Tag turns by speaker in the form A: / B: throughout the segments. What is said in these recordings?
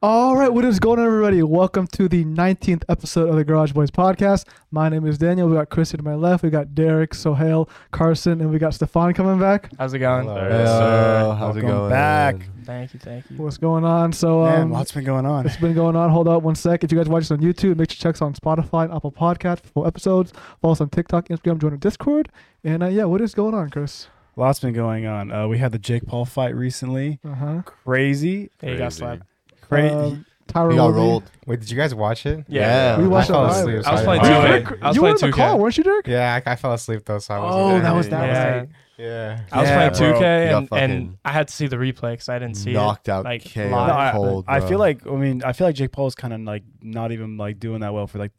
A: All right, what is going on, everybody? Welcome to the 19th episode of the Garage Boys podcast. My name is Daniel. We got Chris here to my left. We got Derek, Sohail, Carson, and we got Stefan coming back.
B: How's it going? Uh,
C: Hello.
D: Yes,
C: Hello.
D: sir.
C: uh, How's it
D: Welcome
C: going?
D: back.
B: Thank you, thank you.
A: What's going on? So,
D: Man,
A: um,
D: lots been going on.
A: it's been going on. Hold up one sec. If you guys watch us on YouTube, make sure to check us on Spotify and Apple Podcast for full episodes. Follow us on TikTok, Instagram, join our Discord. And uh, yeah, what is going on, Chris?
D: Lots been going on. Uh, we had the Jake Paul fight recently.
A: Uh huh.
D: Crazy,
B: Hey, you got slapped.
D: crazy.
A: Um, Tyra
C: We got
A: Willoughby.
C: rolled.
E: Wait, did you guys watch it?
B: Yeah.
A: We watched
E: I fell
A: it live.
E: asleep. so
B: I was
E: I
B: playing
E: didn't watch
B: 2K.
E: it.
B: I was
A: you were
B: playing
A: in the
B: 2K.
A: call, weren't you, Derek?
E: Yeah, I, I fell asleep though, so I wasn't.
A: Oh,
E: there.
A: that was that was
B: Yeah.
A: it.
E: Yeah.
B: I was
D: Yeah,
B: playing 2K
D: bro.
C: You
B: and,
C: got
B: and
C: fucking
B: I had to see the replay because I didn't see
C: knocked
B: it.
C: out
B: like,
C: KO
B: live.
D: No, I-
C: cold.
D: I
C: bro.
D: feel like I mean I feel like Jake Paul is kind of like not even like doing that well for like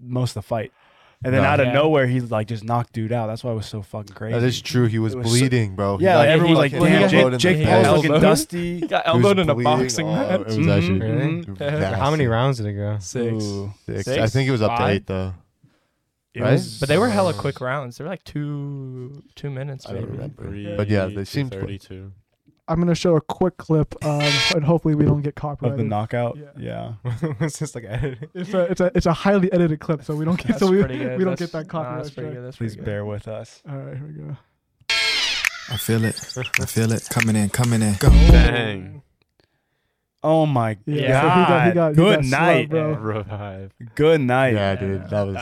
D: most of the fight, and then
C: No.
D: out of
B: Yeah.
D: nowhere he like just knocked dude out. That's why it was so fucking crazy.
C: that is true. He was,
D: It was so-
C: bleeding, bro. He
D: yeah,
C: got
D: like everyone was like,
C: fucking
B: well, he
D: damn,
B: got
C: elbowed
D: Jake,
C: in
D: Jake
C: the
B: Paul's
D: Paul's
C: back.
B: elbow.
D: looking dusty.
B: He got
C: He was
B: elbowed in a
C: bleeding.
B: boxing
C: Oh,
B: match. Mm-hmm.
C: It was actually
E: Really?
C: nasty.
E: How many rounds did it go?
B: Six.
D: Ooh.
C: Six.
B: Six?
C: I think it was up
B: Five?
C: to eight though.
D: It
C: Right?
D: was-
B: But they were hella quick rounds. They were like two two minutes
C: I don't
B: maybe.
C: remember. But yeah, they seemed quick.
E: Thirty-two.
A: I'm gonna show a quick clip, um, and hopefully we don't get
D: of
A: copyrighted.
D: the knockout.
A: Yeah.
D: yeah.
E: was this like edited?
A: It's a it's a it's a highly edited clip, so we don't get
B: That's
A: so we,
B: pretty good.
A: we don't get
B: That's-
A: that
B: Nah,
A: copyright.
B: that's pretty
A: strike.
B: good. That's
D: Please
B: pretty good.
D: bear with us.
A: All right, here we go.
F: I feel it. I feel it. Coming in, coming in. Go.
E: Dang.
D: Oh my
A: Yeah,
D: god.
A: so he got- he got- he
D: Good
A: got slapped,
D: night.
A: bro.
E: Revive.
D: Good night.
C: Yeah, dude, that was.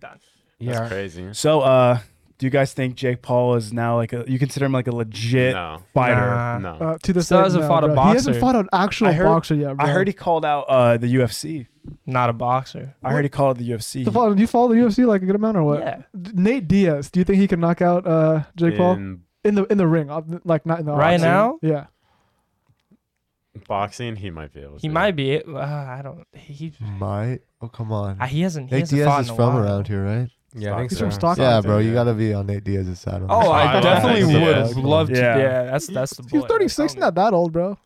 B: Done.
D: Yeah.
E: crazy.
D: So, uh, do you guys think Jake Paul is now like a? You consider him like a legit
E: No.
D: fighter?
B: Nah.
E: No.
A: Uh, to the
B: Still
A: day
B: hasn't
A: now,
B: fought a
A: bro. He hasn't
B: boxer.
A: fought an actual
D: I heard-
A: boxer yet. Bro.
D: I heard he called out uh, the UFC.
B: Not a boxer.
D: I heard he called out the UFC.
A: So follow, do you follow the UFC like a good amount or what?
B: Yeah.
A: D- Nate Diaz, do you think he can knock out uh, Jake Paul
G: in
A: in the in the ring, uh, like not in the
B: Right
A: octagon?
B: now?
A: Yeah,
G: boxing, he might be able to.
B: He might be. Uh, I don't. He
C: Might. Oh come on.
B: uh, he hasn't. He
C: Nate
B: hasn't fought
C: Diaz is
B: in a
C: from
B: while.
C: around here, right?
E: Yeah, I think
A: he's
E: so.
A: from Stockholm.
C: Yeah, bro.
G: yeah.
C: You gotta be on Nate Diaz's side. on
B: Oh,
C: this.
B: I
G: I
B: definitely
G: like
B: would
G: that.
B: love to.
D: Yeah.
B: Yeah, Oh, that's that's the.
A: he's
B: boy.
A: 36, not that old, bro.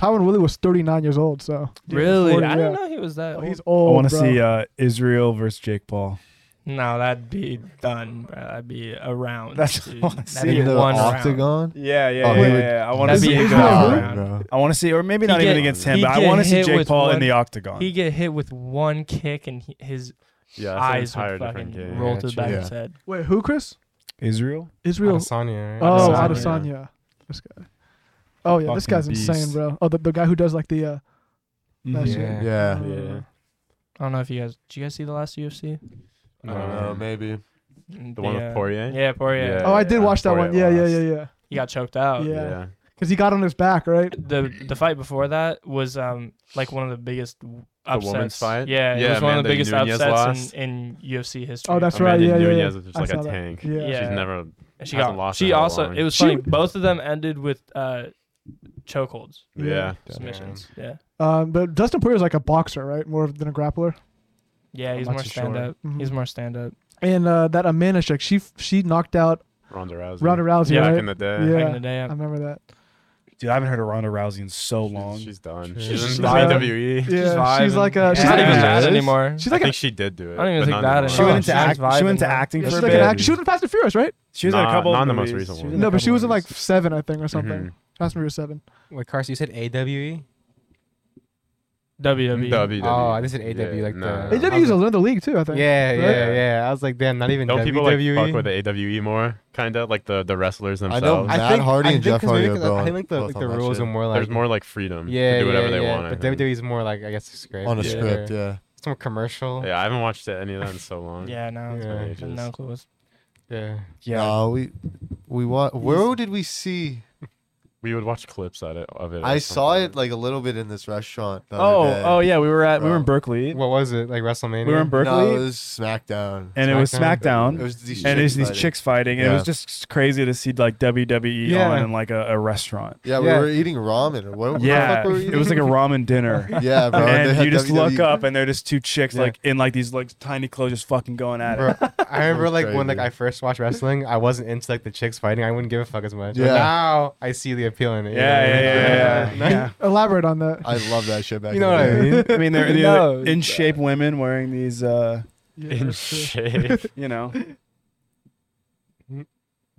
A: Tyron Willie was 39 years old, so
B: Really?
A: 40,
B: I didn't
A: yeah.
B: know he was
A: Oh,
B: that. old.
A: he's
D: I
A: old.
D: want to
A: bro.
D: see uh, Israel versus Jake Paul.
B: No, that'd be done, bro. That'd be a round.
D: That's
B: dude.
D: what I
B: That'd
D: see.
B: be
C: in the
B: one round.
C: octagon.
D: Yeah, yeah,
C: Oh, he would-
D: I
B: wanna
D: want
B: That'd
D: to see.
B: be a good
C: God,
B: round.
C: bro.
D: I want to see, or maybe
B: He
D: not even
B: get-
D: against
B: he
D: him, but I
B: get
D: want to see
B: hit
D: Jake
B: with
D: Paul in
B: one-
D: the octagon.
B: He get hit with one kick and he, his
G: Yeah,
B: eyes
G: that's an
B: would
G: entire different
B: fucking
G: game.
B: roll to the
C: Gotcha.
B: back of
C: Yeah.
B: his head.
A: Wait, who, Chris?
D: Israel.
A: Israel.
E: Adesanya, right?
A: Oh,
B: Adesanya.
A: Adesanya. This guy. Oh yeah, this
D: Fucking
A: guy's insane,
D: beast.
A: bro. Oh, the, the guy who does like the uh,
D: Mm-hmm.
A: that shit.
E: Yeah.
C: Yeah.
A: Uh,
G: Yeah.
B: I don't know if you guys. Did you guys see the last UFC?
C: I don't
A: Oh,
G: Oh,
C: know. Maybe.
B: The
G: one with Poirier?
B: Yeah, Poirier.
G: Yeah.
A: Oh, I did
G: Yeah,
A: watch that one.
G: Poirier
A: Yeah, yeah,
G: lost.
A: yeah, yeah.
B: He got choked out.
A: Yeah.
G: yeah.
A: Because he got on his back, right?
B: The the fight before that was um like one of the biggest upsets.
G: women's fight?
B: Yeah, it
G: Yeah,
B: was one of
G: Amanda
B: the biggest
G: Nunez
B: upsets
G: lost.
B: in, in UFC history.
A: Oh, that's right.
G: Amanda
A: Yeah, yeah, yeah.
G: Nunez is just
A: I
G: like
A: saw
G: a
A: that.
G: tank.
A: Yeah.
B: Yeah.
G: She's never.
B: And she got
G: Hasn't lost in
B: She
G: how
B: also.
G: long?
B: It was
A: She-
B: funny. Both of them ended with uh chokeholds,
A: Yeah.
G: Yeah.
B: submissions. Yeah.
A: Um, but Dustin Poirier is like a boxer, right? More than a grappler.
B: Yeah, he's
D: not
B: more
D: too sure.
B: stand up.
A: Mhm.
B: He's more stand up.
A: And uh, that Amanda Shek, she she knocked out
G: Ronda Rousey.
A: Ronda Rousey,
G: Back
A: right?
G: in the day.
A: Yeah.
B: Back in the day,
A: I remember that.
D: Dude, I haven't heard of Ronda Rousey in so long.
G: She's done.
C: She's
G: She's,
C: just
G: in
A: done.
G: WWE.
A: Yeah, she's
B: vibing.
A: like a.
D: She's
A: She's
B: not
A: like
B: even
A: a-
B: that
G: Yes.
B: anymore.
A: She's
G: I
A: like a.
G: think she did do it.
B: I don't even
G: but
B: think
G: not
B: that
G: anymore. Mm-hmm.
B: is-
D: she went into
A: she's
D: act, she
B: vibing
D: went into
B: now.
D: acting
A: She's
D: for a
A: like
D: bit.
A: an act. She was in Fast and Furious, right?
D: She was in a
G: Nah,
D: couple.
G: not
D: of
G: the most
D: movies.
G: recent
D: She was
G: one.
D: a
A: No, but
D: couple
A: she was in like
D: movies.
A: seven, I think, or something.
G: Mhm.
A: Fast and Furious seven.
E: Wait, Carson, you said E? AWE?
B: WWE.
G: WWE.
E: Oh, I said AW, like
G: E. no.
E: the-
A: AW is another league too, I think.
E: Yeah, yeah,
G: Right?
E: yeah. I was like, damn, not even E?
G: Don't
E: WWE.
G: people like fuck with the AWE more? Kinda like the the wrestlers
C: know
G: themselves.
C: Matt
E: I think,
C: Hardy
E: I
C: and
E: think
C: Jeff
E: 'cause
C: Hardy
E: maybe
C: are
E: 'cause, like,
C: both-
E: I think the,
C: both
E: like,
C: on
E: the
C: that
E: rules
C: shit.
E: are more like
G: There's more like freedom
E: yeah,
G: to do whatever
E: yeah,
G: they
E: yeah.
G: want. I
E: But
G: think.
E: WWE is more like I guess script.
C: On a
G: Yeah.
C: script, yeah.
E: It's more
C: E
E: commercial.
G: Yeah, I haven't watched any of that in so long.
B: Yeah, no, it's
E: Yeah,
B: been-
G: it
B: been no
G: just-
B: clue. It's-
E: Yeah.
D: Yeah.
C: No, we we wa- Where did we see?
G: We would watch clips at it of it. or
C: I saw
G: something.
C: it like a little bit in this restaurant. The
D: Oh,
C: other day.
D: oh yeah, we were at we were in
C: Bro.
D: Berkeley.
E: What was it? Like WrestleMania?
D: We were in Berkeley,
C: No, it was SmackDown.
D: and it was
C: It
D: SmackDown,
C: was these
D: and it was
C: chicks
D: these
C: fighting.
D: chicks fighting, and it was
C: Yeah.
D: just crazy to see like WWE
E: Yeah.
D: on in like a, a restaurant.
C: Yeah, we
E: Yeah.
C: were eating ramen. What, what the
D: Yeah,
C: fuck were we
D: it was like a ramen dinner.
C: eating? yeah, bro.
D: and
C: they
D: you
C: had E.
D: just
C: WWE
D: look up, and they're just two chicks
E: Yeah.
D: like in like these like tiny clothes, just fucking going at it.
E: Bro, I remember
C: was
E: like when like
C: crazy.
E: I first watched wrestling, I wasn't into like the chicks fighting. I wouldn't give a fuck as much. But
C: Yeah.
E: now I see the appeal in it.
D: Yeah,
E: you
D: yeah,
E: know?
D: yeah, yeah. yeah, yeah.
A: Elaborate on that.
C: I love that shit back.
E: You know
C: in
E: what
C: the
E: I
C: day.
E: mean?
D: I mean, they're, they're
E: No,
D: in shape women wearing these, uh,
A: Yeah,
G: in
A: for sure.
G: shape.
D: you know,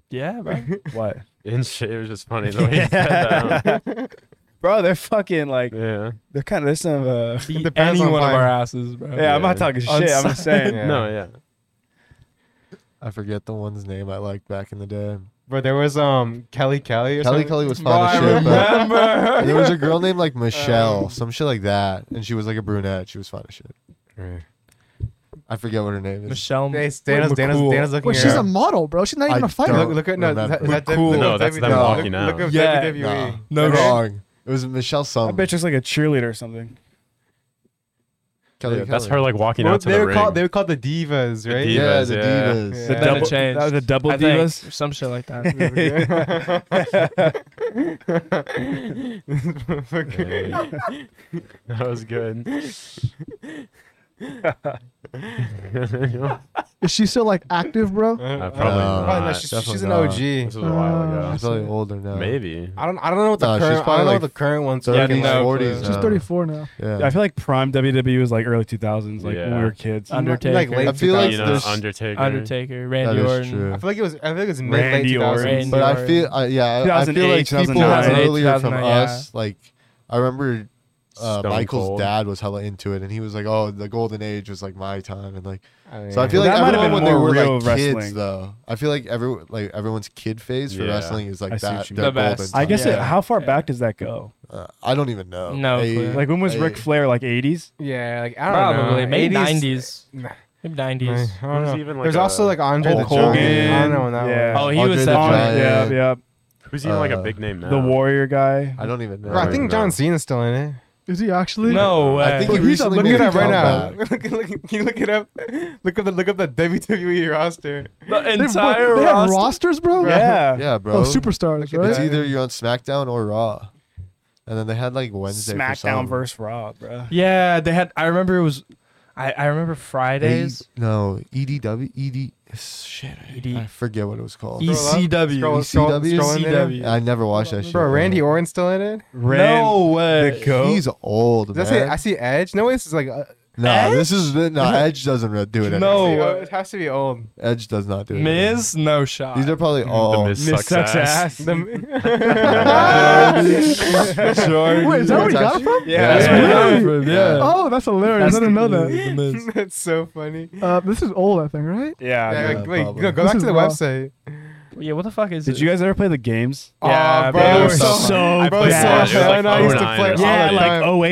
B: Yeah, bro.
D: what?
G: In shape was just funny the way he said that.
D: bro, they're fucking like
G: Yeah.
D: they're kind of. They're some uh, of a.
B: Beat
E: Depends
B: any
E: on
B: one of
E: time.
B: our asses, bro.
D: Yeah, I'm not talking shit. I'm just saying.
E: Yeah.
G: No, yeah.
C: I forget the one's name I liked back in the day.
E: Bro, there was um Kelly Kelly or
C: Kelly
E: something.
C: Kelly was
B: Bro, I
C: fun as shit, but
B: remember.
C: there was a girl named
D: Um,
C: like Michelle, some shit like that, and she was like a brunette. She was fun as shit.
E: Kelly.
C: I forget what her name is.
B: Michelle.
E: Hey, Dana's, Dana's,
B: McCool.
E: Dana's looking
A: Well,
E: at
A: she's
E: her.
A: a model, bro. She's not even
C: I
A: a fighter.
C: don't-
E: look, look at no, is that, is that
C: Remember.
E: WWE?
G: No, that's them
E: Look-
G: walking
E: look,
G: out.
E: up
D: Yeah.
E: WWE.
C: Nah,
B: No,
C: no,
B: no.
C: wrong. It was Michelle
D: I
C: some.
D: bet you it's like a cheerleader or something.
C: Kelly
G: Yeah, that's
C: Kelly.
G: her like walking
E: What-
G: out to
E: they
G: the
E: were
G: ring.
E: called they were called the divas, right?
G: Divas.
C: Yeah, the
G: yeah.
C: divas.
E: Yeah.
B: Then it
E: Double-
B: changed.
D: That was a double
B: I think,
D: divas.
B: or some shit like that.
G: Yeah. that was good.
A: Is she still like active, bro?
E: Uh,
G: probably not.
E: no, she's, she's
C: Definitely
E: an
C: not.
E: OG.
G: this was a while ago.
A: Uh,
C: She's probably older now.
G: Maybe.
E: I don't I don't know what the
C: Nah, she's
E: current I
C: probably
E: don't know
C: like
E: what the current one's
B: Yeah,
C: 30s,
B: no,
C: 40s.
B: she's
A: She's
C: now.
A: 34 now.
C: Yeah.
D: I feel like prime WWE was like early 2000s, like when
G: Yeah.
D: we were kids.
B: Uh, Undertaker.
E: Like late
C: I feel like
G: you know,
C: there's-
G: Undertaker.
B: Undertaker,
C: That
B: Randy
C: is
B: Orton.
C: true.
E: I feel like it was I feel like it was mid late
D: Randy
E: 2000s.
B: Orton.
C: But I feel, I, yeah, I- I feel
D: 2008,
C: like people
D: 2009.
C: earlier from
B: 2008,
C: us, like, I remember uh,
G: Stone
C: Michael's
G: Cold.
C: dad was hella into it, and he was like, "Oh, the golden age was like my time," and like,
E: I mean,
C: so I feel
D: Well,
C: like
D: that might
C: everyone
D: have
C: when
D: been
C: they
D: more
C: were
D: real
C: like kids,
D: wrestling.
C: though. I feel like every like everyone's kid phase for
G: Yeah.
C: wrestling is like
D: I see
C: that.
D: what you
C: their
B: mean. The
C: golden
B: best.
D: I guess it,
B: Yeah.
D: how far
B: Yeah.
D: back does that go?
C: Uh, I don't even know.
B: No
C: I-
B: clue.
D: Like when was
C: I-
D: Ric Flair? Like 80s?
E: yeah, like I don't
B: Probably
E: know.
B: maybe
E: 80s.
B: nineties. Maybe nineties.
E: I don't
G: Who's
E: know.
G: even, like,
E: There's
G: a-
E: also like Andre
C: Hulk
E: the Giant. I don't
D: Hogan.
E: know when that
D: Yeah.
E: was.
B: Oh, he
C: Andre
B: was
C: the
B: on.
C: Giant.
D: Yeah, yeah.
G: Who's even like a
C: Uh,
G: big name now?
D: The Warrior guy.
C: I don't even know.
E: Bro, I think
G: No.
E: John Cena's still in it.
A: Is he actually?
B: No way.
C: I think
A: Well,
C: he
A: he's a-
C: recently
E: Look
C: made
E: it
C: a
E: up right now.
C: comeback.
E: look, look, can you look it up? Look up the look up the WWE roster.
B: the
A: They-
B: entire
A: they have
B: roster.
A: rosters, bro.
D: Yeah.
C: Yeah, bro.
A: Oh, superstars,
E: at
C: It's
A: right?
E: that.
C: either you're on SmackDown or Raw, and then they had like Wednesday. for
D: SmackDown
C: some.
D: versus Raw, bro.
B: Yeah, they had. I remember it was. I, I remember
C: They-
B: Fridays.
C: no, E EDW, ED. Shit,
D: E
C: I-
B: ED.
C: I forget what it was called.
B: E- ECW.
E: Scroll, scroll,
C: ECW?
E: scroll in there.
B: ECW.
C: I never watched that shit.
E: Bro,
C: man.
E: Randy Orton's still in it.
B: no way.
D: The goat.
C: He's old,
E: Does that say,
C: man.
E: I see Edge. No, this is like uh,
C: no, this is no Edge doesn't re- do it. anymore.
B: No.
E: see, uh, it has to be old.
C: Edge does not do it. anymore.
B: Miz, no shot.
C: These are probably
G: The
C: all.
G: Miz
D: Miss
G: sucks, ass.
A: Wait, is that where we got it from?
E: yeah,
C: Yeah.
B: Yeah.
C: Really?
B: Yeah.
A: Oh, that's hilarious. I didn't know that.
E: that's so funny.
A: Uh, this is old, I think, right?
D: Yeah.
E: Yeah,
D: dude.
E: like, wait,
C: probably.
E: no, go
A: This
E: back
A: is
E: to the
A: raw.
E: website.
B: Yeah, what the fuck is
D: Did
B: it?
D: you guys ever play the games?
B: Yeah,
E: oh,
B: bro,
E: bro,
B: it
E: it
B: was so
E: so
D: so
E: bro,
G: bad.
E: so
G: It was
E: bad.
G: like
E: I used to
G: 09
E: play
G: or
E: all
D: yeah,
E: the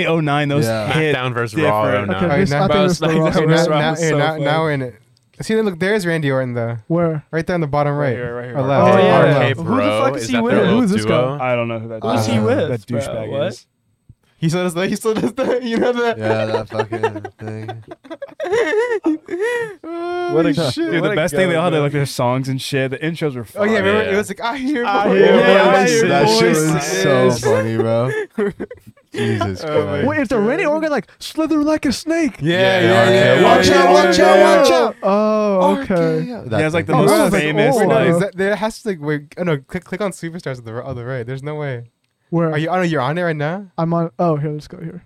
D: like
E: time.
D: 08, 09, those
C: Yeah.
D: hit.
G: SmackDown versus
D: different.
G: Raw 09.
A: Okay,
E: Alright,
A: this, I
E: now
A: think
B: about
A: this is the
B: SmackDown.
A: wrong
E: Okay,
B: That
E: now,
B: was
A: one.
B: right.
E: now,
B: was
E: yeah,
B: so
E: now,
B: funny.
E: now we're in it. See, look, there's Randy Orton though,
A: Where?
E: right there on the bottom right,
B: here, right here,
E: or
B: right
A: here.
E: left.
A: Oh,
E: or
A: yeah.
E: left.
G: Okay,
A: Who the
G: bro.
A: fuck is
G: is
A: he
G: that
A: with?
G: their
A: Who
G: little
A: is this guy?
G: duo?
D: I don't know who that
C: Who's
D: is.
C: he
B: with,
D: That
B: bro?
D: douchebag
B: What?
D: is.
E: He still does that. He still does that. You know that.
C: Yeah, that fucking thing.
E: what a
D: Dude, the best thing they all had like their songs and shit. The intros were.
E: Oh
D: Fun.
E: yeah, remember
G: yeah.
E: it was like I hear.
D: I
E: voices."
D: hear
E: Yeah,
D: voices.
E: I hear
C: that shit was so
E: voices.
C: funny, bro. Jesus Christ.
E: Oh, my
A: Wait, is the Randy Orton like slither like a snake?
E: Yeah,
C: Yeah,
E: yeah, yeah.
C: yeah,
A: Watch
C: yeah,
A: out! Watch
E: yeah, yeah.
A: out! Watch out! Oh, okay.
C: That
D: He has like the
C: thing.
A: Oh, that
D: most
A: was, like,
D: famous.
A: old.
E: Wait, no,
D: like-
E: is that, there has to like wait. Oh no, click click on superstars on the r- on the right. There's no way.
A: Where?
E: Are you? Oh no, you're on it right now.
A: I'm on. Oh, here, let's go here.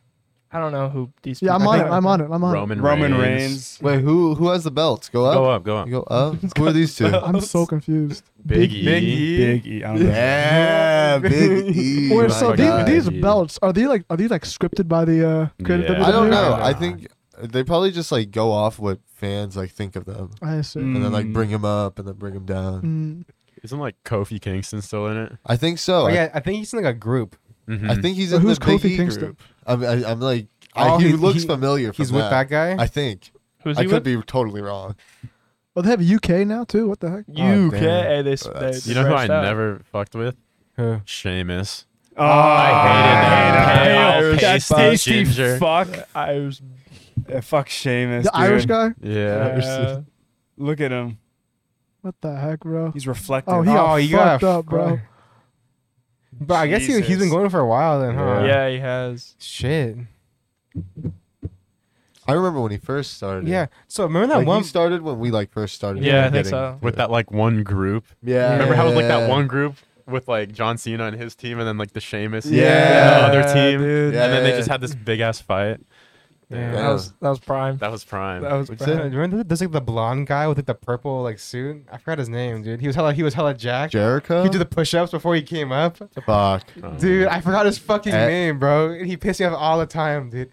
B: I don't know who these.
A: Yeah, I'm
B: people
E: I
A: on it.
E: think-
A: I'm on it. I'm on it.
G: Roman,
D: Roman
G: Reigns.
D: Reigns.
C: Wait, who who has the belts? Go up.
G: Go up, go up.
C: You go up. Who are these two?
A: I'm so confused.
G: Big E.
E: Big E.
D: Big E. I don't know.
C: Yeah, Big E.
A: Wait,
G: my
A: so
G: God.
A: these, these
G: Dude.
A: belts are they like are these like scripted by the uh, creative?
G: Yeah.
C: I don't know.
A: WWE?
C: I think they probably just like go off what fans like think of them,
A: I see.
D: Mm.
C: and then like bring them up and then bring them down.
A: Mm.
G: Isn't like Kofi Kingston still in it?
C: I think so.
E: Oh
C: I-
E: yeah, I think he's in like a group.
G: Mm-hmm.
C: I think he's
A: But
C: in
A: who's
C: the Big
A: Kofi
C: E
A: Kingston?
C: group. I'm, I, I'm like,
E: Oh,
C: I, he,
E: he-
C: looks
E: he-
C: familiar. From
E: He's with that guy.
C: I think.
B: Who's
C: I
B: he
C: could
B: with?
C: be totally wrong.
A: Oh, they have UK now too. What the heck?
C: Oh,
B: UK.
C: damn.
B: they,
C: Oh,
B: they,
C: that's-
B: they
G: you know who I
B: branched out.
G: never fucked with?
E: Who?
G: Sheamus.
D: Oh,
G: I hated that.
D: I hate him.
G: Pale
D: That
G: pasty
D: tasty
G: ginger.
D: fuck.
B: Irish.
D: Yeah, fuck Seamus.
A: The Irish guy.
G: Yeah.
B: uh,
D: Look at him.
A: What the heck, bro?
D: He's reflective.
A: Oh, he
E: Oh,
A: got
E: you
A: fucked
E: got
A: up, bro.
E: But I guess he, he's
D: Jesus.
E: been going for a while then, huh?
G: Yeah.
B: yeah, he has.
E: Shit.
C: I remember when he first started.
E: Yeah. So remember that
C: Like,
E: one?
C: he started when we like first started.
B: Yeah, I
C: like,
B: think
C: getting
B: so.
C: to
G: With
C: it.
G: that like one group.
C: Yeah.
G: Remember how it was like that one group with like John Cena and his team and then like the Sheamus
C: Yeah.
G: and the other team?
C: Yeah,
G: and then
C: yeah,
G: they just
C: yeah.
G: had this big ass fight.
B: Yeah,
C: Yeah.
B: That was that was prime.
G: That was prime.
B: That was
E: What's that?
B: prime.
E: Remember there's like the blonde guy with like the purple like suit? I forgot his name, dude. He was hella he was hella jacked.
C: Jericho.
E: He did the push ups before he came up.
C: fuck
G: Um,
E: Dude, I forgot his fucking
C: Eh.
E: name, bro. And he pissed me off all the time, dude.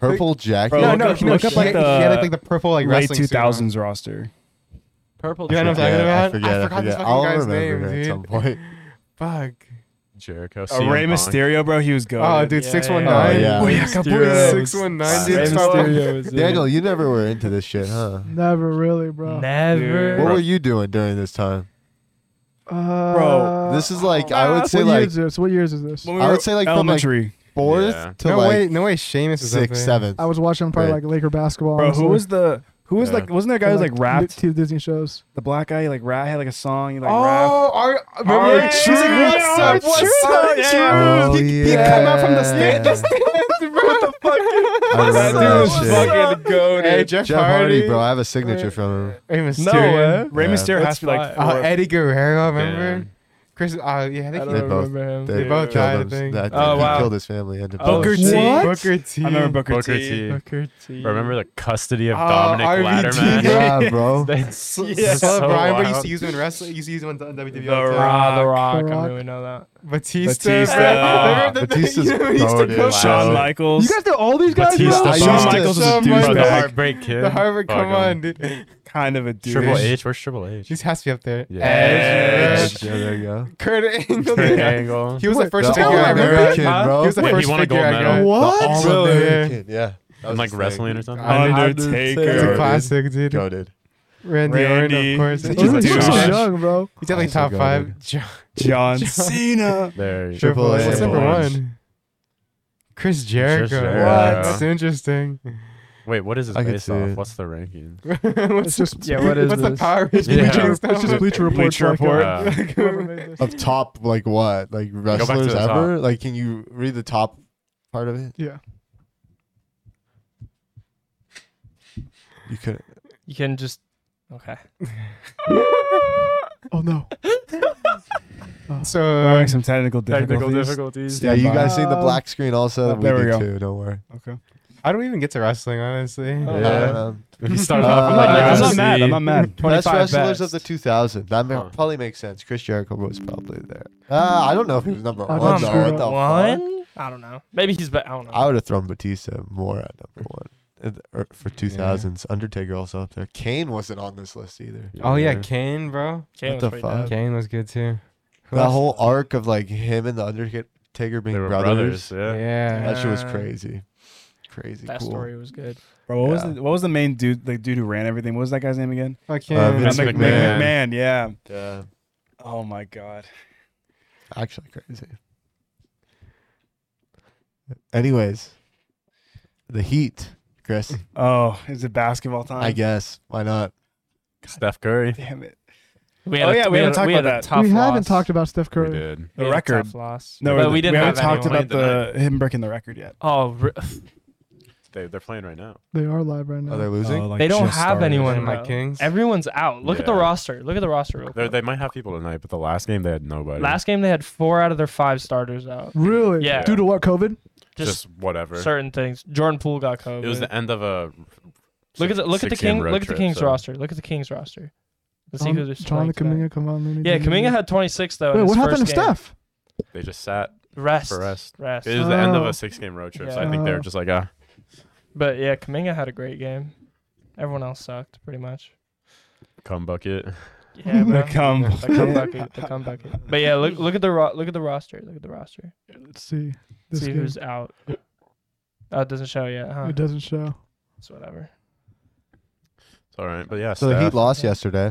C: purple jacket.
D: Bro,
E: no,
D: look
E: no,
D: up-
E: he, no,
D: look
E: he,
D: up, like,
E: had- he had
D: the
E: like, the purple like
D: late
E: wrestling
D: two
E: suit on.
D: thousands roster.
B: Purple.
E: You know what I'm
B: jacket.
E: talking
C: Yeah,
E: about?
C: I forget.
E: I
C: I
E: forgot this
C: forget.
E: fucking
C: I'll
E: guy's
C: remember
E: name,
C: it at some
E: dude.
C: point.
E: Fuck.
G: Jericho.
D: Uh,
G: CM
D: Rey
G: Oh, Punk.
D: Mysterio, bro, he was good.
E: Oh, dude,
B: Yeah,
E: six one
C: Oh
E: nine.
C: yeah.
B: Wait,
D: Mysterio.
E: Six one nine, dude.
B: Rey
E: Stop.
B: Mysterio was in it.
C: Daniel, you never were into this shit, huh?
A: Never really, bro.
B: Never.
C: What were you doing during this time?
A: Uh,
D: Bro,
C: This is like
E: oh,
C: I would say
A: what year
C: like
A: is this? What years is this?
D: When we
C: I
D: were
C: would say like from like
D: elementary,
C: fourth
G: Yeah.
C: to
E: No
C: like
E: way, no way. Seamus is
C: sixth,
E: up
C: seventh.
A: I was watching probably
C: Right.
A: like Laker basketball.
D: bro. Who
A: honestly.
D: was the who was
G: Yeah.
D: like wasn't there a guy
A: Or,
D: who was like rapped?
A: Two Disney shows.
D: The black guy, he like rap had like a song. He like rapped.
E: Oh, our, remember
D: Our
E: like,
D: truth.
E: what's
D: Our
E: up? What's
D: truth.
E: up?
D: Yeah.
E: truth?
C: Oh,
E: he, he come out from the
C: yeah.
E: stand. The stand what the fuck?
C: I remember
D: That dude
C: that
D: was
C: shit.
D: fucking goated.
E: Hey, Jeff,
C: Jeff Hardy, bro. I have a signature from him.
E: Hey,
D: No,
E: Mysterio.
D: eh? Rey
C: Yeah.
D: Mysterio has
B: That's
D: to be like
B: fine.
E: Uh,
D: four.
E: Eddie Guerrero, remember?
G: Damn.
E: Chris, uh, yeah, I
B: I don't
E: think he,
C: They both-
B: remember him.
C: They
E: They
C: both
E: both died, I
C: killed him.
E: think.
C: That,
B: Oh,
C: he
B: wow.
C: killed his family. Ended
B: Oh,
D: Booker
B: shit.
D: T.
E: Booker T.
D: I remember Booker,
G: Booker
D: T.
G: T.
B: Booker T.
G: Remember the custody of
E: Oh,
G: Dominic
E: RVD.
G: Ladderman?
C: yeah, bro.
G: That's
B: Yeah.
E: Saw
G: so
E: Brian, but you
G: wild.
E: see him in wrestling. You see him in WWE.
D: The
E: all the time.
D: Rock.
B: Ah, The Rock.
A: The
B: I
A: Rock.
B: mean, we know that.
E: Batista.
D: Batista.
E: Remember the- the-
C: Batista's
E: you know, he used to
C: goated.
E: go-
C: Wow.
D: Shawn
C: Uh,
D: Michaels.
A: You guys did all these guys,
G: Batista.
C: I
A: bro.
C: used
D: Shawn
C: to-
D: Michaels is a
E: Shawn Michaels.
G: Bro, the
D: douchebag.
G: heartbreak kid.
E: The Harvard,
G: Fuck
E: come
G: him.
E: on, dude.
D: Kind of a dude.
G: Triple H. Where's Triple H?
E: This has to be up there.
G: Yeah.
E: Edge.
C: Yeah, there you go.
E: Kurt Angle.
G: Kurt Angle.
E: He was the
A: Wait,
E: first
C: the
E: figure I remember.
C: All-American,
B: Huh?
C: bro.
E: He was the
G: Wait, he
E: first
G: won a
E: figure
G: gold
E: I
G: medal?
E: got.
A: What?
C: All-American. Yeah. That was
G: And like
C: his
G: wrestling or something.
E: I- It's
D: Undertaker.
E: a classic, dude.
C: Goated.
E: Randy, Orton,
D: Randy.
E: of course.
D: Such
E: He's
A: Those
D: a
A: are
E: like-
A: so
D: douche.
A: young, bro.
E: He's definitely
C: Also
E: top
C: goated.
E: five. Jo-
D: John
F: Cena.
G: There. you go.
C: Triple
E: Triple H.
C: H.
E: What's number
G: Triple H.
E: one? Chris Jericho.
G: Jericho.
E: What?
G: What?
E: That's interesting.
G: Wait, what is his
C: I could
G: base
C: see
G: off?
C: it.
G: What's the ranking?
E: what's
A: It's just
B: Yeah, what is
E: what's the
B: this?
E: power? Rangers
G: Yeah.
E: Legion
A: It's
E: stuff?
A: just Bleacher Report.
D: Bleacher
A: like,
D: Report.
A: uh,
G: Uh,
A: whoever made this.
C: Of top, like what? Like
G: back to
C: wrestlers
G: the top.
C: ever? Like, can you read the top part of it?
A: Yeah.
C: You could.
B: You can just. Okay.
A: Oh no.
E: so
D: We're
E: uh,
D: having some technical difficulties.
G: Technical difficulties.
C: Yeah, you guys see the
A: Um,
C: black screen also.
D: uh,
C: we
D: there we
C: do
D: go.
C: too. Don't worry.
E: I don't even get to wrestling, honestly.
B: Yeah.
C: Um,
G: He started
C: Uh,
G: off
D: I'm not,
G: with like,
D: I'm
G: UFC.
D: not mad. I'm not mad.
C: best
D: 25
C: wrestlers
D: best.
C: of the 2000s. That ma-
G: Huh.
C: probably makes sense. Chris Jericho was probably there. Uh, I don't know if he was number
A: I don't
C: one. though.
A: know.
C: What the fuck?
B: one? I don't know. Maybe he's. Be- I don't know.
C: I would have thrown Batista more at number one. And- or For 2000s, Undertaker also up there. Kane wasn't on this list either.
E: Oh yeah, Kane, bro.
B: Kane
C: what
B: was
C: the
B: pretty
C: fuck?
B: dope.
E: Kane was good too. Who
C: That
E: else?
C: whole arc of like him and the Undertaker
G: They
C: being
G: were
C: brothers.
G: brothers. Yeah.
E: yeah.
C: That shit was
B: Yeah.
C: crazy, crazy
B: That
C: cool.
B: story was good.
D: Bro, what was
C: Yeah.
D: the, what was the main dude? The dude who ran everything. What was that guy's name again?
E: Fucking.
C: Uh, Vince
D: Uh, Mc-
C: McMahon.
D: McMahon, Yeah.
C: Yeah,
D: Oh my god.
C: actually crazy. Anyways, the Heat, Chris.
D: Oh, is it basketball time?
C: I guess why not?
G: Steph Curry.
D: Damn it.
B: We
D: Oh, yeah, we haven't talked
B: had
D: about
B: a
D: that.
B: tough
A: we haven't
B: loss.
A: talked about Steph
G: We
A: Curry.
G: did.
B: We
D: The
B: had a
D: record.
B: tough loss.
D: No,
B: but we didn't have
D: haven't talked
B: anyone.
D: about the him breaking the record yet.
B: Oh, re-
G: They, they're playing right now.
A: They are live right now.
C: Are they losing?
D: Oh, like,
B: they don't
D: just
B: have
D: started.
B: anyone.
E: My
B: bro.
E: Kings.
B: Everyone's out. Look at the
G: Yeah.
B: roster. Look at the roster. Real
G: They're,
B: quick.
G: they might have people tonight, but the last game they had nobody.
B: Last game they had four out of their five starters out.
A: really?
B: Yeah.
A: Due to what? COVID?
B: Just,
G: just whatever.
B: certain things. Jordan Poole got COVID.
G: It was the end of a.
B: look at the look at the
G: six-game
B: King
G: road
B: look at the
G: trip,
B: Kings
G: so-
B: roster. Look at the Kings roster. Let's see
A: John-
B: who they're
A: John
B: starting today.
A: Kaminga, Um, come on. Looney
B: Yeah,
A: Tunes.
B: Kaminga had 26 though. in
A: Wait,
B: his
A: what happened to
B: first game.
A: Steph?
G: They just sat
B: Rest.
G: for rest.
B: Rest.
G: It was the end of
A: Oh.
G: a six-game road trip, so I
B: Yeah.
G: think they were
A: Oh.
G: just like, ah,
B: But yeah, Kaminga had a great game. Everyone else sucked pretty much.
G: come bucket.
B: Yeah, bro.
D: The cum.
B: The cum bucket, the cum bucket. But yeah, look look at the ro- look at the roster. Look at the roster.
A: Let's see. This
B: See
A: game.
B: who's out. Oh, it doesn't show yet, huh?
A: It doesn't show.
B: It's whatever.
G: It's all right, but yeah.
C: So the Heat
G: Steph.
C: lost
B: Yeah.
C: yesterday.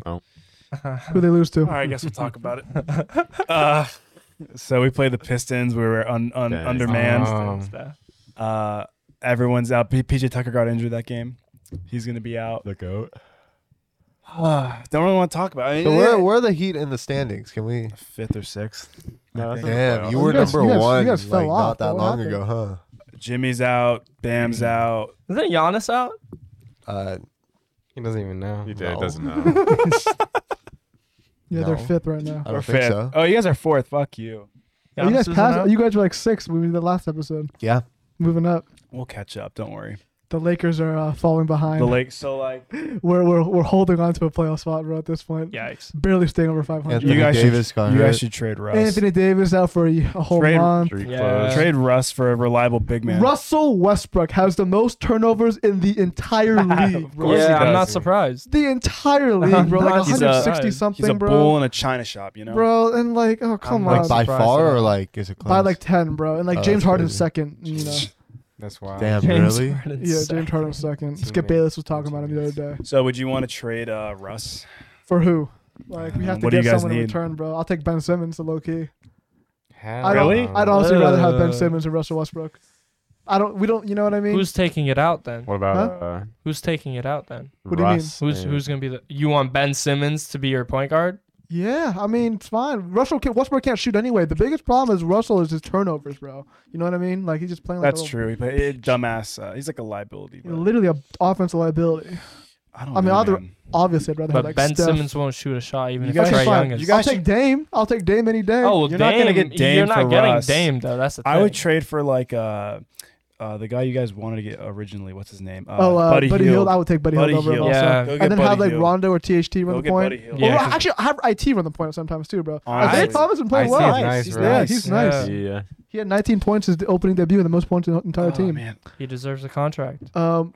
A: Who they lose to?
D: All right, I guess we'll talk about it. Uh, so we played the Pistons. We were un, un,
G: Dang.
D: undermanned.
E: Um,
D: Uh, everyone's out. P- PJ Tucker got injured that game. He's gonna be out.
G: the goat.
D: don't really want to talk about. It. I mean,
C: So where,
D: yeah.
C: where are the Heat in the standings? Can we?
D: fifth or sixth.
G: No, that's not
C: Damn,
G: playoffs.
C: you were
A: You guys-
C: number
A: you guys- you
C: one
A: guys fell
C: like,
A: off,
C: not that
A: what
C: long
A: happened?
C: ago, huh?
D: Jimmy's out. Bam's out.
B: Isn't that Giannis out?
C: Uh,
E: He doesn't even know.
G: He did,
C: No.
G: doesn't know.
A: Yeah, they're
C: No.
A: fifth right now.
C: I
D: Or
C: don't think
D: fifth.
C: so.
D: Oh, you guys are fourth. Fuck you.
A: You
B: Giannis
A: guys
B: isn't
A: passed.
B: out?
A: You guys were like sixth when we did the last episode.
C: Yeah.
A: Moving up.
D: We'll catch up. Don't worry.
A: the Lakers are uh, falling behind.
D: The Lake. So like,
A: we're, we're we're holding on to a playoff spot, bro. At this point,
B: Yikes.
A: barely staying over 500.
C: Anthony
D: You guys should-
C: Davis got
D: you
C: hurt.
D: guys should trade Russ.
A: Anthony Davis out for a, a whole
D: Trade-
A: month.
G: Streak
E: Yeah.
G: close.
D: Trade Russ for a reliable big man.
A: Russell Westbrook has the most turnovers in the entire league.
E: Of
A: bro.
E: course he
B: yeah, I'm
E: does.
B: not surprised.
A: The entire league, bro. Like
D: He's a-
A: 160 something,
D: He's a
A: bro.
D: bull in a china shop, you know.
A: Bro, and like, oh come
E: I'm
A: on,
C: like by
E: surprised
C: far
E: at
C: or
E: all.
C: like is it close?
A: by like 10, bro. And like
C: Oh,
A: James
C: that's
A: Harden's
C: crazy.
A: second, you know.
E: That's wild.
C: Damn, really?
A: Yeah, James Harden's second. Skip
E: Teammate.
A: Bayless was talking about him the other day.
D: So would you want to trade uh, Russ?
A: For who? Like we have
D: Um,
A: to
D: what do you
A: get
D: guys
A: someone in
D: need? Oh,
A: return, bro. I'll take Ben Simmons, the low key.
E: Hell
A: I don't,
D: Really?
A: I'd honestly rather have Ben
B: Uh.
A: Simmons and Russell Westbrook. I don't. We don't. You know what I mean?
B: Who's taking it out then?
G: What about
A: Huh?
G: uh,
B: Who's taking it out then?
A: What do you mean?
G: Russ?
B: Who's who's gonna be the? You want Ben Simmons to be your point guard?
A: yeah, I mean it's fine. Russell can, Westbrook can't shoot anyway. The biggest problem is Russell is his turnovers, bro. You know what I mean? Like he's just playing. Like
D: That's
A: a,
D: true. He play, it, dumbass. Uh, he's like a liability.
A: you know,
D: but
A: Literally a offensive liability.
D: I don't.
A: I mean,
D: know,
A: other-
D: man.
A: Obviously, I'd rather
B: But
A: have like
B: Ben
A: Steph.
B: Simmons won't shoot a shot even
D: You
B: if
D: guys-
B: Trey
A: Okay, fine.
B: Young is.
D: You guys
A: I'll take Dame. I'll take Dame any day.
B: oh, well,
D: you're
B: Dame,
D: not gonna get Dame
B: You're not
D: for
B: getting
D: Russ.
B: Dame though. That's the thing.
D: I would trade for like uh, uh, the guy you guys wanted to get originally. What's his name? Uh,
A: oh, uh, Buddy,
D: Buddy,
A: Hield.
D: Hield.
A: I would take Buddy,
D: Buddy
A: Hield over him
D: Hield.
A: also.
B: Yeah.
D: Go get
A: And then
D: Buddy
A: have like
D: Hield.
A: Rondo or THT run
D: Go
A: the
D: get
A: point.
D: Buddy Hield.
A: Well,
B: Yeah,
A: I- actually, I have IT run the point sometimes too, bro.
D: Honestly.
A: Isaiah Thomas been playing
E: I see
A: well.
E: it. Nice,
D: He's
E: bro.
A: Yeah, he's
D: Yeah.
A: nice.
B: Yeah.
G: Yeah.
A: He had 19 points his opening debut and the most points in the entire
D: Oh,
A: team.
D: man.
B: He deserves a contract.
A: Um,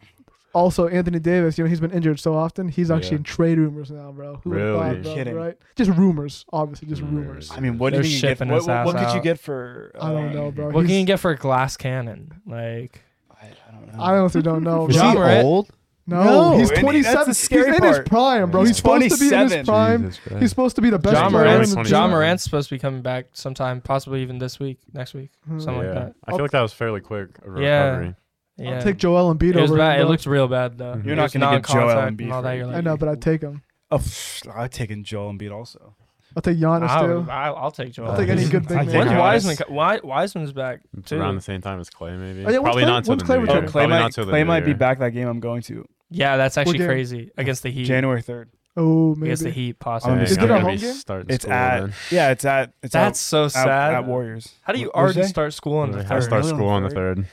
A: also, Anthony Davis, you know, he's been injured so often. He's actually
G: Yeah.
A: in trade rumors now, bro. Who would've
G: Really?
A: thought, bro,
D: Kidding.
A: Right? Just rumors, obviously, just rumors.
D: I mean, what
B: They're
D: do you think? you
B: shipping
D: get- What,
B: his
D: what, what
B: ass
D: could you
B: out.
D: get for? Uh,
A: I don't know, bro.
B: What can
A: He's-
B: you get for a glass cannon? Like
D: I, I don't know.
A: I honestly don't know.
C: Is
A: bro.
B: John
C: he
B: Morant.
C: old?
A: no,
D: No,
A: he's
D: and he-
A: 27.
D: that's the scary
A: he's in his
D: part.
A: prime, bro.
C: He's
A: He's supposed to be in his
D: 27.
A: prime.
C: Jesus Christ.
A: He's supposed to be the best
B: John
A: player
B: Morant's,
A: in the
B: John
A: team.
B: Morant's supposed to be coming back sometime, possibly even this week, next week,
A: Hmm.
B: something like that.
G: I feel like that was fairly quick. Of a
B: Yeah.
G: recovery.
B: Yeah.
A: I'll take Joel Embiid
B: it was
A: over. him,
B: bad. It
A: bro.
B: looks real bad though.
G: You're
B: It
D: not
B: was
D: gonna get Joel
B: non-contact
D: Embiid
B: and all
D: for
B: that.
D: it.
B: You're like,
A: I know, but I'd take him.
D: Oh, pff, I'd taken Joel Embiid also.
A: I'll take Giannis
B: I
A: too.
B: would- I- I'll take Joel.
A: I'll take any good big
D: I
A: man.
D: think
B: When's
D: Giannis-
B: Wiseman? co- Wi- Wiseman's back
G: It's
B: too.
G: around the same time as Clay, maybe.
A: Oh, yeah, when's
G: Probably
A: Clay-
G: not till
A: when's
G: the
A: Clay
G: new
D: Oh,
G: year.
A: returning?
D: Clay
G: Probably
D: might
G: not till the
D: Clay
G: new
D: might be
G: year.
D: back that game I'm going to
B: yeah, that's actually
A: game?
B: crazy against the Heat.
D: January third.
A: Oh,
B: against the
A: maybe.
B: Heat,
G: Dang,
B: possibly.
D: Is it
G: I'm
A: a
G: gonna
A: home
G: be
A: game?
G: starting
D: It's
G: school
D: at
G: then.
D: yeah, it's at it's at-
B: That's so
D: at,
B: sad.
D: at Warriors.
B: How do you
D: What'd you
B: already
D: say?
B: start school on the
G: I
B: third?
G: start
D: Really?
G: school on the third.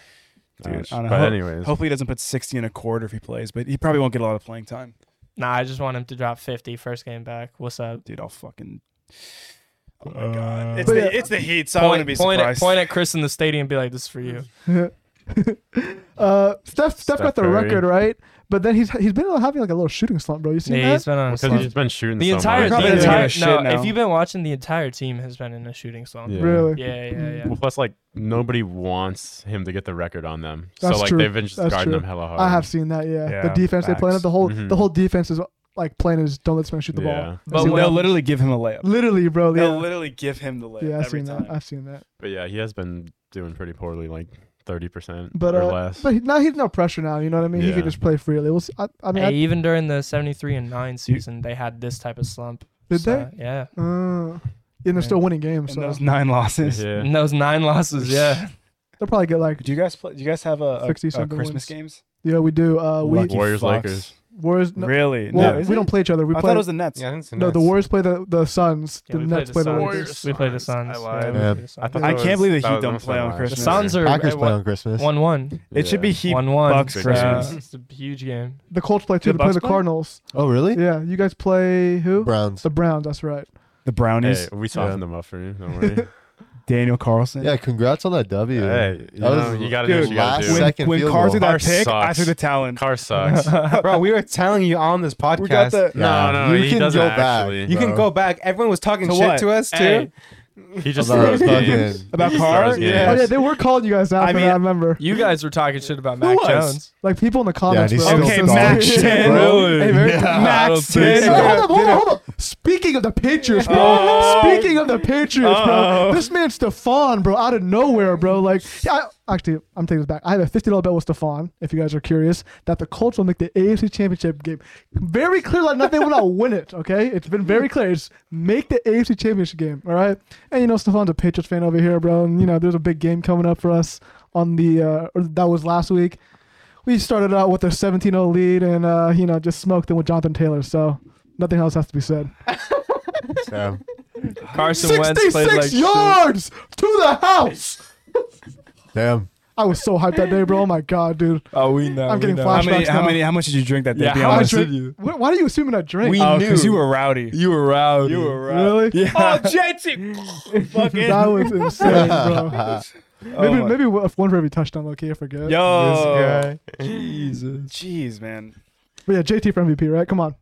D: Dude,
G: Ouch.
D: I don't
G: but
D: know.
G: anyways,
D: Hopefully, he doesn't put 60 and a quarter if he plays, but he probably won't get a lot of playing time.
B: Nah, I just want him to drop 50 first game back. What's up?
D: Dude, I'll fucking. Oh my god! It's,
A: But
D: the,
A: yeah.
D: it's the Heat, so I wouldn't
B: Point,
D: be
B: point, at,
D: surprised.
B: point at Chris in the stadium and be like, this is for you.
A: uh, Steph, Steph, got
G: Steph
A: the
G: Curry.
A: record right, but then he's he's been having like a little shooting slump, bro. You seen
B: Yeah, he's
A: that?
B: been on a
G: because
B: slump.
G: he's been shooting
B: The
G: so
B: entire,
G: much.
B: the
D: Probably doesn't
B: entire
D: give a
B: no,
D: shit now.
B: if you've been watching, the entire team has been in a shooting slump.
G: Yeah.
A: Really?
B: Yeah, yeah, yeah.
G: Well, plus, like nobody wants him to get the record on them,
A: That's
G: so like
A: true.
G: they've been just
A: That's
G: guarding
A: true.
G: him hella hard.
A: I have seen that. Yeah, the
D: Yeah,
A: defense they playing up
D: facts.
A: the whole
G: Mhm.
A: the whole defense is like playing is don't let someone shoot the ball.
G: yeah.
B: But
A: See
D: They'll
A: what happens.
D: literally give him a layup.
A: literally, bro.
D: They'll
A: Yeah,
D: literally give him the layup
A: yeah I've
D: every
A: seen
D: time.
A: that. I've seen that.
G: But yeah, he has been doing pretty poorly, like thirty percent
A: But
G: or
A: uh,
G: less.
A: but he, now he's no pressure now. You know what I mean? He
G: Yeah.
A: can just play freely. We'll see, I, I mean,
B: Hey,
A: I,
B: even during the 73 and 9 season, they had this type of slump.
A: did
B: So, Yeah.
A: they? Uh, and they're
D: Man.
A: still winning games, so
D: And those nine losses.
G: yeah,
B: And those nine losses, yeah.
A: they'll probably get like
D: Do you guys play? Do you guys have a, a,
A: 60
D: a
A: something
D: Christmas
A: wins.
D: games?
A: yeah we do. Uh, we
D: Lucky
G: Warriors,
D: fucks.
G: Lakers.
A: Warriors. No,
D: Really?
A: well,
D: no,
A: we don't play each other. We
D: I
A: play
D: thought it was the Nets.
E: Yeah, I think it's
A: No, the
E: nuts.
A: Warriors play the the Suns.
B: Yeah,
A: the
B: we play
A: Nets
B: the
A: play the
B: Suns.
A: Lakers.
B: We play the Suns.
D: I lied.
B: Yeah, we
C: Yeah.
B: play the Suns.
D: I
G: that
D: can't believe the
G: that
D: Heat
G: was
D: don't
G: almost
D: play
G: a
D: on
G: lie.
B: The
D: Christmas.
B: Suns are
C: Packers
B: eh,
C: play
B: one-
C: on Christmas.
B: one one.
D: It should be Heat
B: One one.
D: Bucks
G: Big
D: Christmas.
G: game.
B: It's a huge game.
A: The Colts play too. They
D: Do the
A: play
D: Bucks
A: the
D: play?
A: Cardinals.
C: Oh really?
A: Yeah, you guys play who?
C: Browns.
A: The Browns. That's right.
D: The Brownies.
G: Hey, we softened them up for you. Don't worry.
D: Daniel Carlson.
C: Yeah, congrats on that W.
G: hey, you,
C: That was-
G: know, you gotta do what
C: Dude,
G: you gotta
C: last
G: do.
C: sec-
D: When,
C: Second
D: when
C: field
D: Carr
C: goal.
D: threw that
G: Car
D: pick, I
G: sucks.
D: threw the talent.
G: Car sucks.
E: Bro, we were telling you on this podcast.
D: We got the.
G: No, no,
C: you
G: he
C: can
G: doesn't
C: go
G: actually.
C: back.
E: you can
C: bro.
E: go back. Everyone was talking
D: To
E: shit
D: what?
E: to us too.
B: Hey,
G: he just
C: About
G: throws
C: fucking-
G: games.
D: About
G: He just
D: Carr?
G: throws games.
D: Yeah.
A: Oh yeah, they were calling you guys out.
D: I
A: for
D: mean-
A: that, I remember.
B: you guys were talking shit about Mac
D: was?
B: Jones.
A: Like people in the comments.
C: he's
A: were like,
C: still
D: Okay,
A: "Oh,
C: stalling.
D: Max
A: shit,
D: Ten.
A: bro." Hey, very-
B: I don't
D: Max
B: think
A: Hey,
D: Ten.
B: so.
A: hold up, hold up, hold up. Speaking of the Patriots, bro.
D: Oh.
A: Speaking of the Patriots, bro.
D: Oh.
A: This man Stefan, bro, out of nowhere, bro. Like, yeah, I, actually, I'm taking this back. I have a fifty dollar bet with Stefan. If you guys are curious, that the Colts will make the AFC Championship game. Very clear, like not they will not win it. Okay, it's been very clear. It's make the AFC Championship game. All right, and you know Stefan's a Patriots fan over here, bro. And you know there's a big game coming up for us on the uh, or that was last week. We started out with a 17-0 lead, and uh, you know just smoked them with Jonathan Taylor. So nothing else has to be said.
C: Yeah.
B: Carson Wentz played like
A: 66 yards to the house.
C: Damn.
A: I was so hyped that day, bro. Oh my god, dude.
H: Oh, we know.
A: I'm
H: we
A: getting
H: know.
D: How
A: flashed.
D: many?
A: Flashbacks
D: How
A: now.
D: many? How much did you drink that day?
H: Yeah,
D: be
H: how
A: I
H: much
D: honest.
A: drink-
H: did you?
A: Wh- Why are you assuming I drank?
H: We
D: Oh,
H: knew
D: because you were rowdy.
H: You were rowdy.
D: You were rowdy.
H: really. Yeah.
D: Oh, JT. Fucking.
A: that was insane, bro.
D: Oh
A: maybe
D: my-
A: maybe if one for every touchdown, okay, I forget.
D: Yo.
H: Jesus.
D: Jeez, man.
A: But yeah, JT for MVP, right? Come on.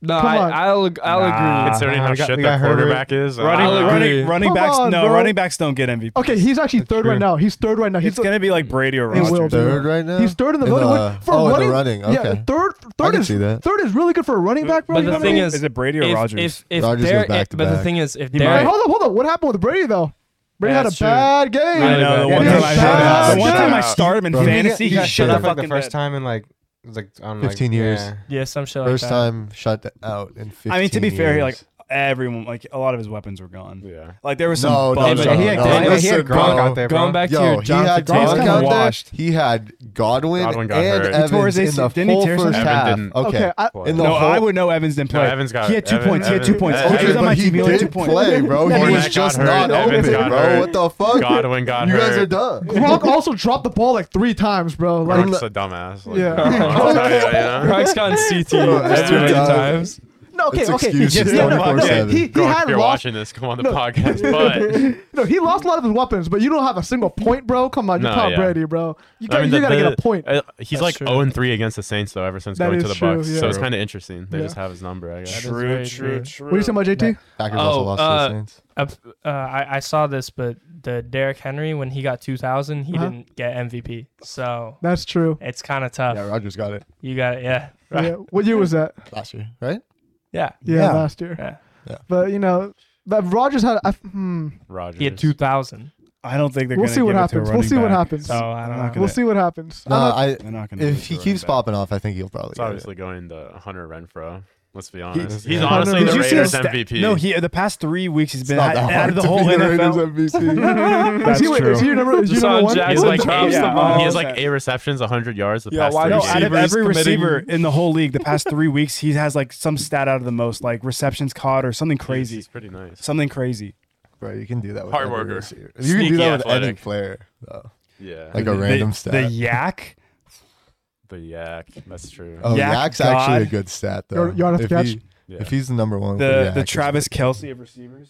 H: No,
A: Come
H: I,
A: on.
H: I'll I'll
D: Nah.
H: agree.
G: Considering
E: Uh,
G: how
E: we got-
G: shit
E: we
G: the
E: got Herbert.
G: quarterback is, uh,
D: Running,
H: I'll agree.
D: running, running
A: Come
D: backs.
A: on,
D: no,
A: bro.
D: running backs don't get MVP.
A: Okay, he's actually third
E: true.
A: right now. He's third right now. He's
D: It's gonna be like Brady or
A: He will
D: Rogers.
A: be.
C: Third right now.
A: He's third in the
C: uh, In
A: voting
C: the-
A: for
C: oh, in the
A: running.
C: running,
A: Yeah,
C: okay.
A: third
C: I
A: third
C: can
A: is
C: see that.
A: third is really good for a running back, bro.
B: But
A: You
B: the
A: know what I
B: thing
A: mean?
B: is-
D: Is it Brady or
B: If,
D: Rogers?
B: if if
C: Rodgers goes
B: Derek,
C: back to
B: but the
C: back.
B: thing is, if
D: He
A: Hey,
D: might-
B: Derek,
A: hold up, hold up. What happened with Brady though? Brady
B: Yeah,
A: had a
B: that's true.
A: bad game.
D: I know. The
G: Yeah,
D: one
G: he
D: time I
G: shut
D: started
G: up.
D: him, the one time I
G: Shut
D: started him
C: up.
D: in
C: He got-
D: fantasy,
C: he
D: he
C: got
D: shut
C: shut
D: the
C: up
E: like the
D: fucking
E: first
D: first time.
E: time in like, it was like I don't know, like-
C: 15 years.
E: yeah.
B: yeah, some shit
C: First
B: like that.
C: time shut out in 15
D: I mean, to be fair, he,
C: years.
D: like everyone, like a lot of his weapons were gone.
G: Yeah.
D: Like there was some.
C: No, no,
D: bums
B: no,
D: out
E: he
D: there.
E: had,
C: no,
E: Gronk- he
C: listen,
E: had Gronk
C: bro.
E: out there, bro.
B: Going back to
C: Yo,
B: your
C: he had
B: Jonathan
C: Gronk
B: Taylor
D: kinda
C: out there.
D: washed.
C: He had Godwin,
G: Godwin got
C: and
G: hurt. He
C: Evans
D: tore his
C: in
D: AC
C: the
D: didn't he
C: full
D: tear
C: first
D: something?
G: Evans
C: half.
G: didn't.
C: Okay,
A: Okay, I-
C: in the
D: No,
C: whole
D: I would know Evans didn't
G: uh, No,
D: play.
G: Evans got.
D: he had two
G: Evans-
D: points. He had two
G: Evans-
D: points.
G: Evans-
D: He was on
C: but
D: my
C: he
D: TV. He had two
C: did
D: points.
C: play, bro.
G: Fournette
C: He was
G: got
C: just
G: hurt.
C: not
G: Evans
C: open,
G: got
C: bro.
G: hurt.
C: What the fuck?
G: Godwin got
C: You guys are
G: hurt.
C: dumb.
A: Gronk also dropped the ball like three times, bro. Like,
G: Gronk's a dumbass. Like,
A: Yeah.
G: I'll tell ya, you know?
B: Gronk's gotten CT
C: that's
B: too many
C: dumb.
B: times.
A: no, okay,
C: It's
A: okay.
C: excuses
A: Yeah, no, no,
C: 24/7.
A: He, he
G: Gronk, if
A: had
G: you're
A: lost.
G: watching this, come on the podcast. But
A: No, he lost a lot of his weapons, but you don't have a single point, bro. Come on, you're
G: No,
A: Tom
G: yeah.
A: Brady, bro. You, got,
G: I mean,
A: you
G: the-
A: gotta get a
G: the-
A: point.
G: uh, he's
B: That's
G: like
B: true.
G: 0 and 3 against the Saints though ever since
A: That
G: going
A: is
G: to the
A: true,
G: Bucks.
A: yeah.
G: So it's kind of interesting. They
A: Yeah.
G: just have his number, I guess.
B: That is very true.
A: What are you saying about JT?
C: Packers
B: Oh,
C: also lost to
B: uh,
C: the Saints.
B: Uh, uh, I, I saw this, but the Derrick Henry when he got 2,000, he
A: Uh-huh.
B: didn't get MVP. So
A: That's true.
B: it's kind of tough.
C: Yeah, Rogers got it
B: You got it. Yeah.
A: Yeah. What year was that?
C: last year, right?
B: Yeah.
A: Yeah,
C: Yeah.
A: last year.
B: Yeah.
C: Yeah.
A: But you know, but Rogers had. I, hmm,
G: Rogers.
B: He had 2,000.
D: I don't think they're
A: We'll
D: gonna
A: see
D: give
A: what
D: it to a
A: happens. We'll
D: running
A: see what
D: back. Oh,
A: happens.
B: So I don't
D: I'm not
B: know.
D: gonna-
A: We'll see what happens. Uh, I
C: Nah,
A: don't-
C: I.
D: They're not gonna. give
C: If
D: it to a
C: he
D: running
C: keeps
D: back.
C: popping off, I think he'll probably.
G: It's
C: get it.
G: obviously going to Hunter Renfro. Let's be honest.
C: yeah.
G: He's
C: Hunter
A: Renfro.
G: honestly the
D: Did you see his
G: Raiders
D: stat-
G: MVP.
D: No, he the past three weeks he's
C: It's
D: been
C: not that
D: out, out
C: hard
D: of the
C: to
D: whole
C: be
D: NFL.
C: Raiders MVP.
A: is
D: That's
A: he, wait,
D: true.
A: Is he your number? Is you
B: Deshaun
A: number one?
B: Jackson
G: He's like
B: drops
G: eight,
B: the
A: Oh,
G: he has
D: ball.
G: like eight receptions, 100 yards the
H: Yeah,
G: past
H: why
G: three
H: don't
D: No,
G: seasons.
D: out of
H: Receivers
D: every
H: committing-
D: receiver in the whole league, the past three weeks he has like some stat out of the most, like receptions caught or something
G: He's-
D: crazy,
G: He's pretty nice.
D: something crazy.
C: Bro, you can do that with
G: Hard
C: every
G: worker.
C: receiver. You can
G: Sneaky
C: do that with any
G: athletic.
C: player, though.
G: Yeah.
C: Like a
D: The-
C: random
D: the,
C: stat.
D: The yak.
G: the yak. That's true.
C: oh,
D: Yak
C: Yak's
D: God.
C: actually a good stat, though.
A: You're- you're on a
C: if,
A: catch?
C: he-
G: Yeah.
C: if he's the number one, for
D: The
C: Yak,
D: the
C: it's
D: Travis
C: pretty-
D: Kelsey of receivers.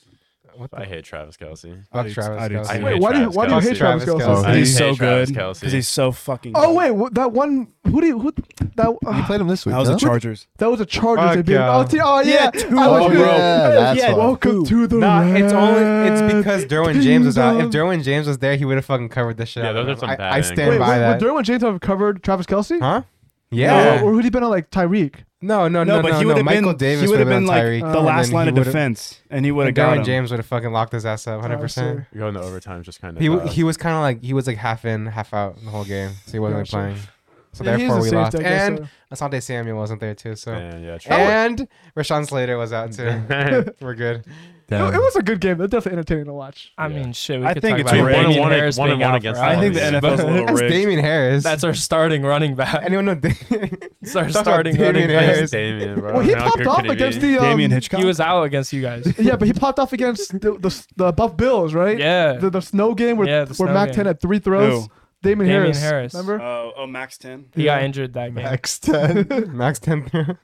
E: What the
G: I hate Travis Kelsey.
E: fuck,
D: do-
E: Travis?
D: I do
E: Kelce?
D: too.
A: Wait, why do you- why do you hate Travis
C: Kelce?
G: I
D: He's
G: hate
D: so
G: Travis
D: good
G: Kelce.
D: because he's so fucking.
A: Oh
D: good.
A: wait, wh- that one. Who do you, who that?
C: You
A: Uh,
C: played him this week.
D: that was the
C: no?
D: Chargers.
A: that was a Chargers.
E: Fuck
A: they beat-
E: yeah.
A: Oh, t- oh yeah,
D: Yeah,
A: I was
C: Oh,
A: good.
C: bro. that's
D: yeah,
C: why.
A: Welcome to the.
E: Nah, it's only it's
A: Reds.
E: because Derwin James was out. If Derwin James was there, he would have fucking covered this shit.
G: Yeah,
E: out
G: those
E: of
G: are
E: him.
G: some
E: I,
G: bad
E: I
G: angles.
E: stand
A: Wait,
E: by
A: would,
E: that.
A: would Derwin James have covered Travis Kelsey?
E: huh?
A: Or,
E: Yeah.
A: or who'd he been on like Tyreek?
E: No, no, no,
D: No,
E: no,
D: but
E: no.
D: he would have
E: Michael
D: been.
E: Davis
D: he would have
E: would've
D: been like
E: Tyreek,
A: uh,
D: the
E: and
D: last
E: then
D: line
E: he
D: of
E: would've-
D: defense, and he would have
E: and
D: got
E: Derwin
D: him.
E: James would have fucking locked his ass up 100. percent
G: You're going to overtime just kind of.
E: He wa- he was kind of like he was like half in, half out the whole game, so he wasn't
A: Gotcha.
E: really playing. So
A: Yeah, he is
E: therefore
A: a
E: we
A: safety,
E: lost.
A: I guess,
E: And
A: so.
E: Asante Samuel wasn't there too, so
G: Man, yeah, Travis.
E: and Rashawn Slater was out too. We're good.
A: It-
C: Damn.
A: it, was a good game. They're definitely entertaining to watch.
B: I
G: Yeah.
B: mean, shit. We
D: I
B: could
D: think
B: talk
D: it's
B: about
D: one and
B: Damien
G: one ag-
B: Harris
G: one and
B: being
G: one
B: out
G: against
B: for
D: I think the
B: hours,
D: NFL's a
B: but
D: little
E: That's
D: rigged.
E: Damien Harris.
B: That's our starting running back.
E: anyone know Damien?
B: It's our
E: Talk about
B: starting running
E: Damien
B: back.
E: Harris.
G: Damien, bro.
A: well, he
G: How
A: popped
G: good
A: off
G: can he be?
A: against the um,
D: Damien Hitchcock.
B: He was out against you guys.
A: Yeah, but he popped off against the the, the Buff Bills, right?
B: Yeah.
A: The, the snow game where
B: Yeah,
A: where
B: the snow
A: Mac
B: game.
A: Ten had three throws.
D: Who?
A: Damien,
B: Damien
A: Harris.
B: Harris.
A: Remember?
D: Oh, oh, Max ten.
B: He got
A: Yeah.
B: injured that game
C: Max 10.
E: Max Temper.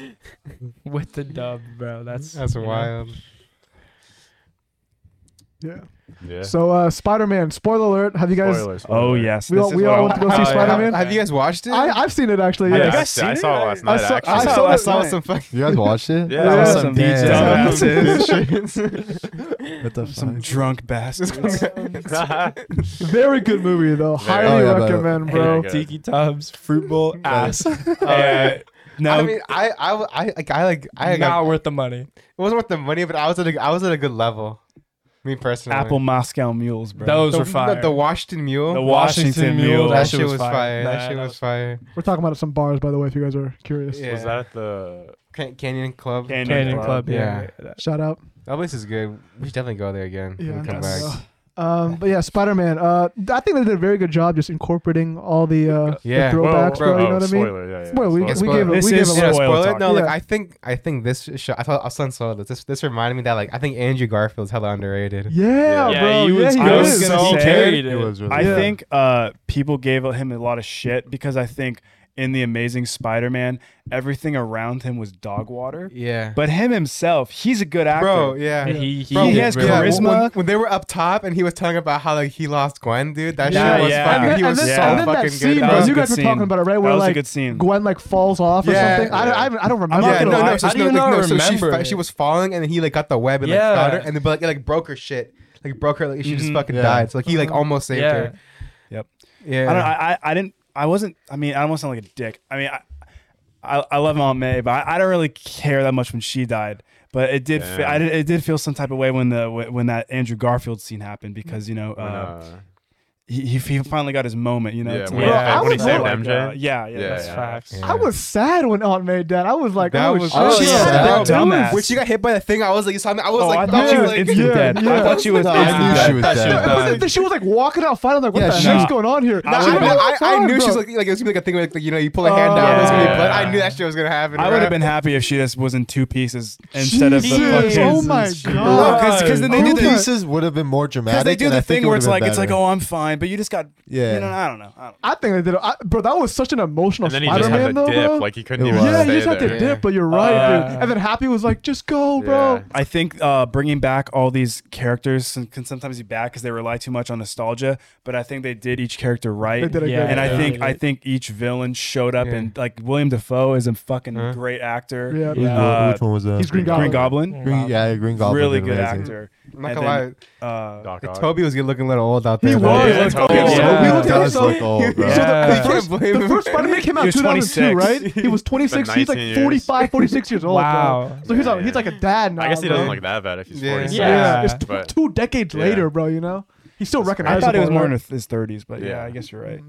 B: with the dub, bro. That's
E: That's
B: you know.
E: wild.
A: yeah.
G: Yeah.
A: So uh, Spider Man. Spoiler alert. Have you guys?
G: Spoilers,
D: Oh
G: spoilers.
D: yes.
A: We
D: this
A: all-
D: is
A: we
D: what I
A: all
D: want-
A: went to go see
B: Oh, yeah.
A: Spider-Man?
E: Have you guys watched it?
A: I, I've seen it actually.
D: Have
A: Yeah.
D: you
G: Yeah, I
D: guys
G: saw- I
D: seen
G: saw
D: it?
G: it last
A: I
G: night.
A: saw- I
G: actually.
A: saw
E: I
A: that
E: saw
A: night.
E: some fucking.
C: You guys watched it?
G: Yeah, I
A: Yeah.
G: saw some DJ.
D: Damn.
C: What the
D: Some
C: fuck?
D: drunk bastards.
A: Very good movie though.
G: Very-
A: Highly
C: Oh, yeah, but-
A: recommend, bro.
G: Yeah.
B: Tiki Tubbs, fruit bowl, ass.
D: Uh, no,
E: I mean, I, I, I, like, I like, I, got,
B: not worth the money.
E: it wasn't worth the money, but I was at, a, I was at a good level. Me personally.
D: Apple Moscow Mules, bro.
B: Those
E: the,
B: were fire.
E: The, the Washington Mule.
D: the Washington,
B: Washington
D: Mules.
B: Mules.
E: that, shit was fire.
B: Nah,
E: That shit
B: that
E: was
B: was-
E: fire.
A: We're talking about some bars, by the way, if you guys are curious.
E: Yeah.
G: Was that the?
E: Can- Canyon Club.
D: Canyon
B: Canyon
D: Club,
B: Club, yeah.
E: yeah.
B: yeah.
A: Shout out.
E: That place is good. We should definitely go there again.
A: Yeah,
E: when we come
A: I
E: back.
A: know. Um, but yeah, Spider Man. Uh, I think they did a very good job just incorporating all the, uh,
E: Yeah.
A: the
E: Whoa,
A: throwbacks,
E: bro.
A: bro. You know
G: oh,
A: what I mean?
G: spoiler. Yeah, yeah.
A: Well, we,
G: spoiler.
A: we gave it.
D: This
A: we gave
D: is
A: it
E: Yeah,
D: Spoiler
E: spoiler.
D: talk.
E: No, like
A: Yeah.
E: I think I think this show. I thought I saw saw this. This this reminded me that like I think Andrew Garfield's hella underrated.
A: yeah,
B: Yeah,
A: bro.
B: he
A: yeah,
B: was
A: he
D: I
B: good.
D: was
A: is.
D: gonna
B: he
D: say-
B: carried it.
C: It was really
D: I
A: Yeah.
D: think uh, people gave him a lot of shit because I think in the Amazing Spider-Man, everything around him was dog water.
E: Yeah,
D: But him himself, he's a good actor.
E: bro. Yeah,
B: And he he,
E: Bro,
D: He
B: did
D: has
B: really
E: yeah,
B: well.
E: when- When,
D: charisma.
E: they were up top and he was telling about how like he lost Gwen, dude. That
D: Yeah,
E: shit was
D: yeah.
E: fucking.
A: And then,
E: He
A: and
E: was
A: then,
E: so
A: and then
E: fucking
A: that scene,
E: good.
D: That
A: bro.
D: was
A: You
D: a
A: guys
D: good
A: were talking
D: scene.
A: about it, right?
D: That
A: Where
D: was a
A: like
D: good scene.
A: Gwen like falls off or
E: Yeah.
A: something. I don't, I don't, I don't remember.
D: not
E: yeah,
D: gonna
E: no,
D: lie.
E: no, so,
H: How
E: she-
H: do you
E: no, like,
H: not
E: no, so she,
H: remember
E: fa-
H: it?
E: she was falling and then he like got the web and
B: Yeah.
E: like got her and then but, like, it, like broke her shit, like broke her, like she just
D: Mhm.
E: fucking
C: Yeah.
E: died. So like he
A: Uh-huh.
E: like almost saved
B: Yeah.
E: her.
D: Yep.
E: Yeah.
D: I don't. I, I. I didn't. I wasn't. I mean, I don't want to sound like a dick. I mean, I. I, I love Aunt May, but I, I don't really care that much when she died. But it did. Fe- I did. It did feel some type of way when the when when that Andrew Garfield scene happened because you know uh,
G: Uh,
D: he, he he finally got his moment. You know.
G: yeah,
D: to
G: when,
B: Bro,
G: he-
A: I
G: when he
A: was
G: saved
A: like,
G: MJ.
D: uh, yeah. Yeah.
G: Yeah,
D: that's-
B: That's facts.
E: Yeah.
A: I was sad when Aunt May died. I was like,
E: That
A: oh,
E: was-
A: shit.
E: I was
A: She's
E: sad.
A: a
D: Dumbass.
A: dumbass.
E: when she got hit by the thing, I was like, something- I was
D: Oh,
E: like,
D: I
E: that
D: thought she was
E: like-
D: instantly
A: yeah,
D: dead.
A: yeah.
D: I thought she was
C: I
D: instantly
C: knew
D: dead.
C: she was dead.
A: It wasn't that she was like walking out fighting like what
E: Yeah,
A: the
E: she-
A: heck's going on here?
E: No,
D: I
E: I,
D: would've
E: knew,
D: been-
E: I, I knew she was
A: bro.
E: like, like it was gonna be like a thing where, like you know you pull a hand down, and there's gonna be
B: Yeah.
E: blood. I knew that shit was gonna happen.
D: I would
E: bro.
D: have been happy if she just was in two pieces instead of the
A: Jesus.
D: fucking.
A: Oh my
D: No,
A: god.
D: because then they
C: Two
D: do the
C: pieces would have been more
D: because
C: dramatic.
D: they do
C: and I
D: the
C: think
D: thing
C: it
D: where
C: would
D: it's
C: have
D: like
C: been
D: it's like
C: better.
D: oh I'm fine, but you just got
C: Yeah.
D: you know I don't know. I don't know.
A: I think they did. I, bro, that was such an emotional
G: And then he
A: Spider
G: just had
A: Man
G: to
A: though,
G: dip.
A: bro.
G: Like he couldn't
C: It
G: even
C: was.
A: yeah,
G: stay
A: you just had
G: there.
A: to dip, but you're right, dude. And then Happy was like, just go, bro.
G: Yeah.
D: I think uh, bringing back all these characters can- can sometimes be bad because they rely too much on nostalgia. But I think they did each character right,
A: They did a
B: Yeah,
A: good
D: and I
B: yeah.
D: think I think each villain showed up
E: Yeah.
D: and like William Defoe is a fucking
E: Huh?
D: great actor.
A: Yeah.
C: Which one-
D: Uh,
C: Which one was that?
A: He's Green
D: Green
A: Goblin.
D: Goblin,
C: Green, yeah, Green Goblin.
D: really
C: did
D: good
C: amazing.
D: actor.
E: I'm not
D: and
E: gonna lie.
D: Uh,
G: Doc Ock.
E: Toby was looking a little old out
A: He
E: there.
A: was. Yeah,
E: though.
B: Toby
A: okay,
B: was
A: so
B: old.
A: we
B: Yeah.
A: looked at
C: Does
A: so-
C: look old, bro.
A: so the-
E: I
A: the first-
E: can't blame
A: The
E: him.
A: first Spider-Man came out
D: He
A: in
D: was
A: 2002,
D: 26.
A: right? He was 26.
G: It's
A: He's
G: been
A: like
G: 19 years.
A: 45, 46 years old.
B: Wow.
A: Bro. So he's, a, he's like a dad now.
G: I guess he doesn't
A: bro.
G: look that bad if he's
E: Yeah.
G: 46.
B: Yeah.
A: Yeah, it's
G: but-
A: two decades
G: Yeah.
A: later, bro. You know, he's still
G: That's crazy.
D: I
A: recognizable.
D: thought he was more
A: right?
D: in his- his thirties, but yeah.
G: Yeah.
D: I guess you're right.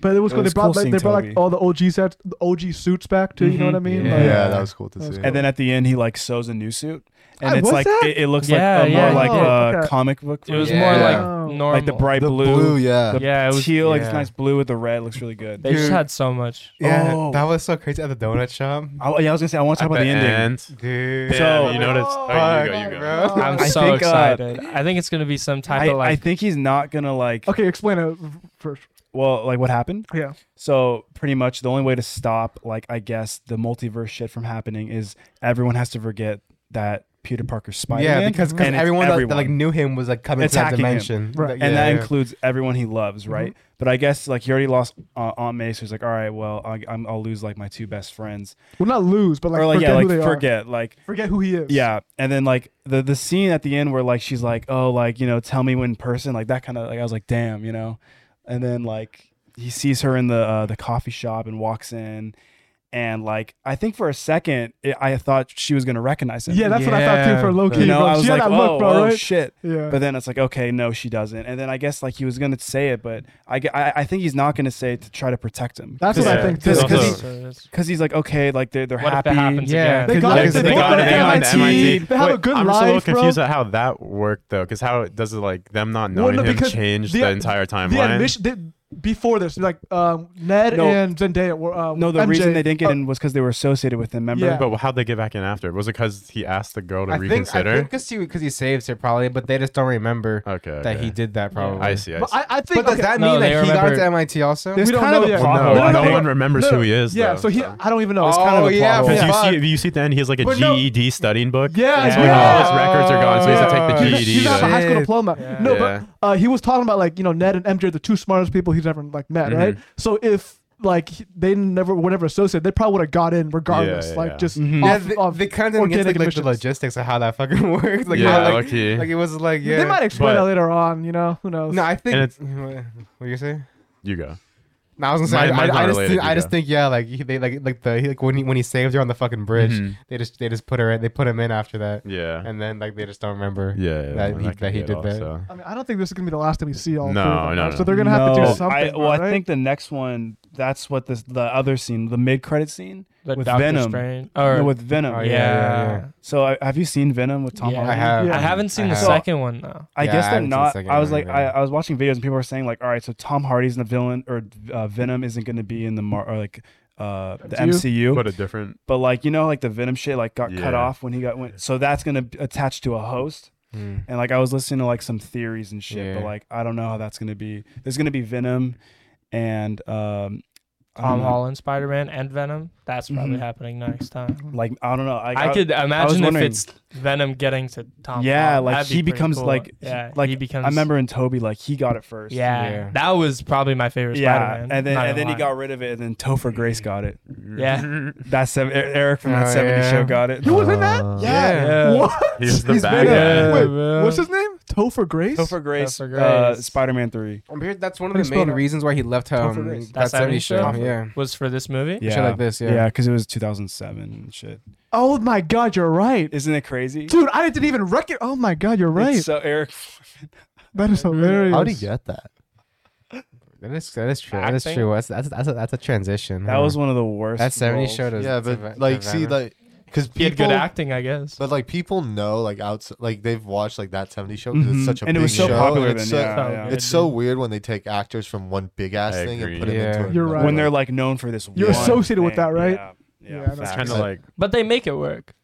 A: But it was
D: It
A: cool. They
D: was
A: brought
D: cool
A: like,
D: seeing
A: they brought
D: Toby.
A: like all the OG sets, the OG suits back too. You know what I mean?
E: Yeah.
A: Like,
C: Yeah, that was cool to
A: That was
C: see.
A: cool.
D: And then at the end, he like sews a new suit, and
A: Ah,
D: it's
A: was
D: like
A: that?
D: it, it looks
B: Yeah,
D: like a more
B: yeah,
D: like
A: oh,
D: uh,
A: okay.
D: comic book.
B: It was
D: version.
B: more
E: Yeah.
B: like
A: Wow.
B: normal.
D: like the bright
C: The
D: blue,
C: blue, yeah.
D: the
B: Yeah, it was.
D: teal, like this
E: yeah.
D: nice blue with the red looks really good.
B: They just
E: Dude.
B: had so much.
E: Yeah,
D: Oh.
E: that was so crazy at the donut shop,
D: I, yeah, I was gonna say I want to talk about the ending.
G: end.
E: dude.
G: Yeah,
D: So-
G: you noticed. Oh, you go, you
E: Fuck,
G: go.
E: bro.
B: I'm
D: I
B: so
D: think, uh,
B: excited. I think it's gonna be some type
D: I,
B: of like.
D: I think he's not gonna like.
A: okay, explain it first.
D: Well, like what happened?
A: Yeah,
D: So pretty much the only way to stop, like I guess, the multiverse shit from happening is everyone has to forget that Peter Parker's Spider Man.
E: Yeah, because because
D: and it's
E: everyone, that- That,
D: everyone.
E: like knew him was like coming to that
D: Attacking him.
E: dimension,
A: Right.
E: Yeah,
D: and that
E: yeah.
D: includes everyone he loves,
A: Mm-hmm.
D: right? But I guess like he already lost uh, Aunt May, so he's like, all right, well, I, I'm, I'll lose like my two best friends,
A: well, not lose, but like,
D: or like
A: forget
D: yeah,
A: who
D: like
A: they are.
D: forget, like
A: Forget who he is.
D: Yeah, and then like the the scene at the end where like she's like, "Oh, like you know, tell me when person," like that kind of like I was like, "Damn," you know. And then like he sees her in the uh, the coffee shop and walks in, and like I think for a second it, I thought she was gonna recognize him.
A: yeah, that's what I thought too
E: Yeah.
A: for low key.
D: you know,
A: bro.
D: I was
A: she
D: like,
A: had that
D: "Oh,
A: look, bro,
D: oh,
A: right?
D: shit."
A: yeah,
D: But then it's like, okay, no, she doesn't. And then I guess like he was gonna say it, but I, gue- I, I think he's not gonna say it to try to protect him.
A: that's what I
G: Yeah.
A: think too.
D: Cause,
G: Also-
D: cause he- 'cause he's like, okay, like they're they're
B: what if
D: happy.
B: it happens
E: Yeah.
B: again?
A: they got
D: like,
A: it.
D: they
A: They
D: got
A: got
D: it,
A: it.
D: they got
A: at
D: it,
A: MIT.
D: MIT.
A: They have a good
G: I'm just a little
A: life, bro.
G: confused at how that worked though, because how does it like them not
A: Well,
G: knowing
A: no,
G: him
A: because
G: change
A: the-
G: the, entire
A: The
G: timeline?
A: admission they- before this, like um, Ned
D: No.
A: and Zendaya were. Uh,
D: No, the
A: MJ.
D: reason they didn't get
A: Uh,
D: in was because they were associated with him. Remember?
A: Yeah.
G: but how'd they get back in after? Was it because he asked the girl to
E: I think I
G: reconsider?
E: think because he because he saves her probably, but they just don't remember
G: okay, Oh,
E: that he did that probably.
G: I see. I
A: But
G: see.
A: I, I think
E: But does
A: okay,
E: that
B: No,
E: mean
B: they
E: that he got
B: remember-
E: to MIT also?
D: There's
A: We don't
D: kind
A: know
D: of a
A: yet.
D: problem.
G: no,
A: no, no,
G: no,
A: no,
G: one remembers
A: no.
G: who he is.
A: Yeah,
G: though,
A: so he. I don't even know. It's
E: Oh,
A: kind of a
E: yeah,
A: problem.
G: Because
E: fuck.
G: you see, you see at the end, he has like a
A: But no-
G: GED studying book.
A: Yeah,
G: and
A: yeah.
G: all his records are gone, so he has to
E: Oh.
G: take the E
A: He's-
G: GED.
A: He's not a high school
E: Shit.
A: diploma.
B: Yeah.
A: No,
G: Yeah.
A: but uh, he was talking about like you know Ned and MJ, are the two smartest people he's ever like met,
G: Mm-hmm.
A: right? So if like he- they never were never associated, they probably would have got in regardless,
G: Yeah,
A: like
G: yeah.
A: just
D: Mhm.
E: Mm-hmm. yeah,
A: off,
E: they,
A: off-
E: they kind of didn't
A: organic
E: get like, the
A: emissions.
E: logistics of how that fucking works. Like,
G: yeah,
E: how, like,
G: lucky.
E: like, it was like yeah.
A: They might explain
G: but-
A: it later on, you know. Who knows?
E: no, I think.
G: And it's-
E: what what you say?
G: you go.
E: No, I was gonna say.
G: Mine-
E: I,
G: mine's
E: I,
G: not
E: I just,
G: related,
E: think, I
G: you
E: just
G: go.
E: think yeah, like he, they like like the he, like when he when he saved her on the fucking bridge,
G: Mhm.
E: they just they just put her in, they put him in after that,
G: Yeah.
E: and then like they just don't remember.
G: yeah, yeah,
E: that
G: no,
E: he-
G: can
E: that he
G: be it
E: did that.
G: also.
A: I mean, I don't think this is gonna be the last time we see all.
G: No,
A: three of them,
G: no,
A: right?
G: no.
A: So they're gonna have to
D: No,
A: do something.
D: I, well,
A: right?
D: I think the next one that's what this the other scene, the mid credit scene
B: The
D: With
B: Doctor
D: Venom.
B: Strange. Or,
D: No, with Venom.
E: Oh,
B: yeah.
E: yeah, yeah, yeah.
D: So I, have you seen Venom with Tom
B: Yeah,
D: Hardy?
E: I have.
A: Yeah.
B: I haven't seen
E: I
B: the
E: have.
B: second one though.
D: I
E: Yeah,
D: guess
E: I
D: they're
E: haven't seen the
D: not.
E: second
D: I was
E: one
D: like,
E: either.
D: I, I was watching videos and people were saying like, all right, so Tom Hardy's the villain or uh, Venom isn't going to be in the mar- or like uh, the
A: MCU?
D: MCU,
G: But a different.
D: but like you know, like the Venom shit like got cut
G: Yeah.
D: off when he got went. So that's going to be attached to a host.
E: Mm.
D: And like I was listening to like some theories and shit, but
E: Yeah.
D: like I don't know how that's going to be. There's going to be Venom and um, I
B: Tom
D: don't know.
B: Holland, Spider Man, and Venom. That's probably
D: Mhm.
B: happening next time.
D: Like I don't know. Like,
B: I, could imagine if
D: wondering-
B: it's Venom getting to Tom.
D: Yeah,
B: Holland.
D: like,
B: That'd be
D: he
B: pretty
D: becomes,
B: cool.
D: like-
B: yeah,
D: like,
B: he becomes.
D: I remember in Toby like he got it first.
B: Yeah,
E: Yeah.
B: that was probably my favorite
D: Yeah,
B: Spider-Man.
D: and then
B: not
D: and then he
B: gonna
D: got rid of it, and then Topher Grace got it.
B: Yeah.
D: That seven, Er- Eric from that
E: Oh,
D: 70
E: yeah.
D: show got it.
A: You was in that?
E: Uh, Yeah.
A: What?
G: He's the
A: He's
G: bad
A: Venom.
G: guy.
A: Wait, What's his name? Topher Grace.
D: Topher Grace,
B: Topher
D: Uh,
B: Grace.
D: Spider-Man 3.
E: I'm here- That's one of
A: How do
E: the
A: you
E: main
A: spell that?
E: reasons why he left home.
A: Grace.
E: That
B: That
E: 70
B: 70s
E: show.
B: show?
E: Yeah.
B: lie. was for this movie.
D: Yeah.
E: Shit like this. Yeah.
D: Yeah, because it was 2007 and shit.
A: Oh my God, you're right,
D: Isn't it crazy?
A: dude. I didn't even rec it. Oh my God, you're right.
D: It's so Eric,
A: that is hilarious.
C: How'd he get that?
E: That is that is true. That is
B: Acting?
E: true. That's that's that's a, that's a transition.
D: that
E: huh?
D: was one of the worst.
E: that 70
D: roles.
E: show. To,
C: yeah,
E: to
C: but
E: Ve- to
C: like, see,
E: Venom.
C: like, because
B: He had good
C: people,
B: acting, I guess.
C: but like, people know, like, out, like, they've watched like that '70s show because
D: Mhm.
C: it's such a
D: and
C: big
D: it was so
C: show,
D: popular
C: and
D: then.
C: it's so-
D: yeah,
B: so
D: yeah.
B: good.
C: It's so weird when they take actors from one big ass
G: I
C: thing
G: agree.
C: and put them
E: Yeah.
C: into
A: You're
C: another.
A: right.
D: When they're like known for this,
A: You're
D: one
A: associated with
D: thing.
A: that, right?
D: Yeah,
A: Yeah,
D: yeah.
A: I know.
D: facts.
G: Kind of
C: Exactly.
G: like
B: But they make it work.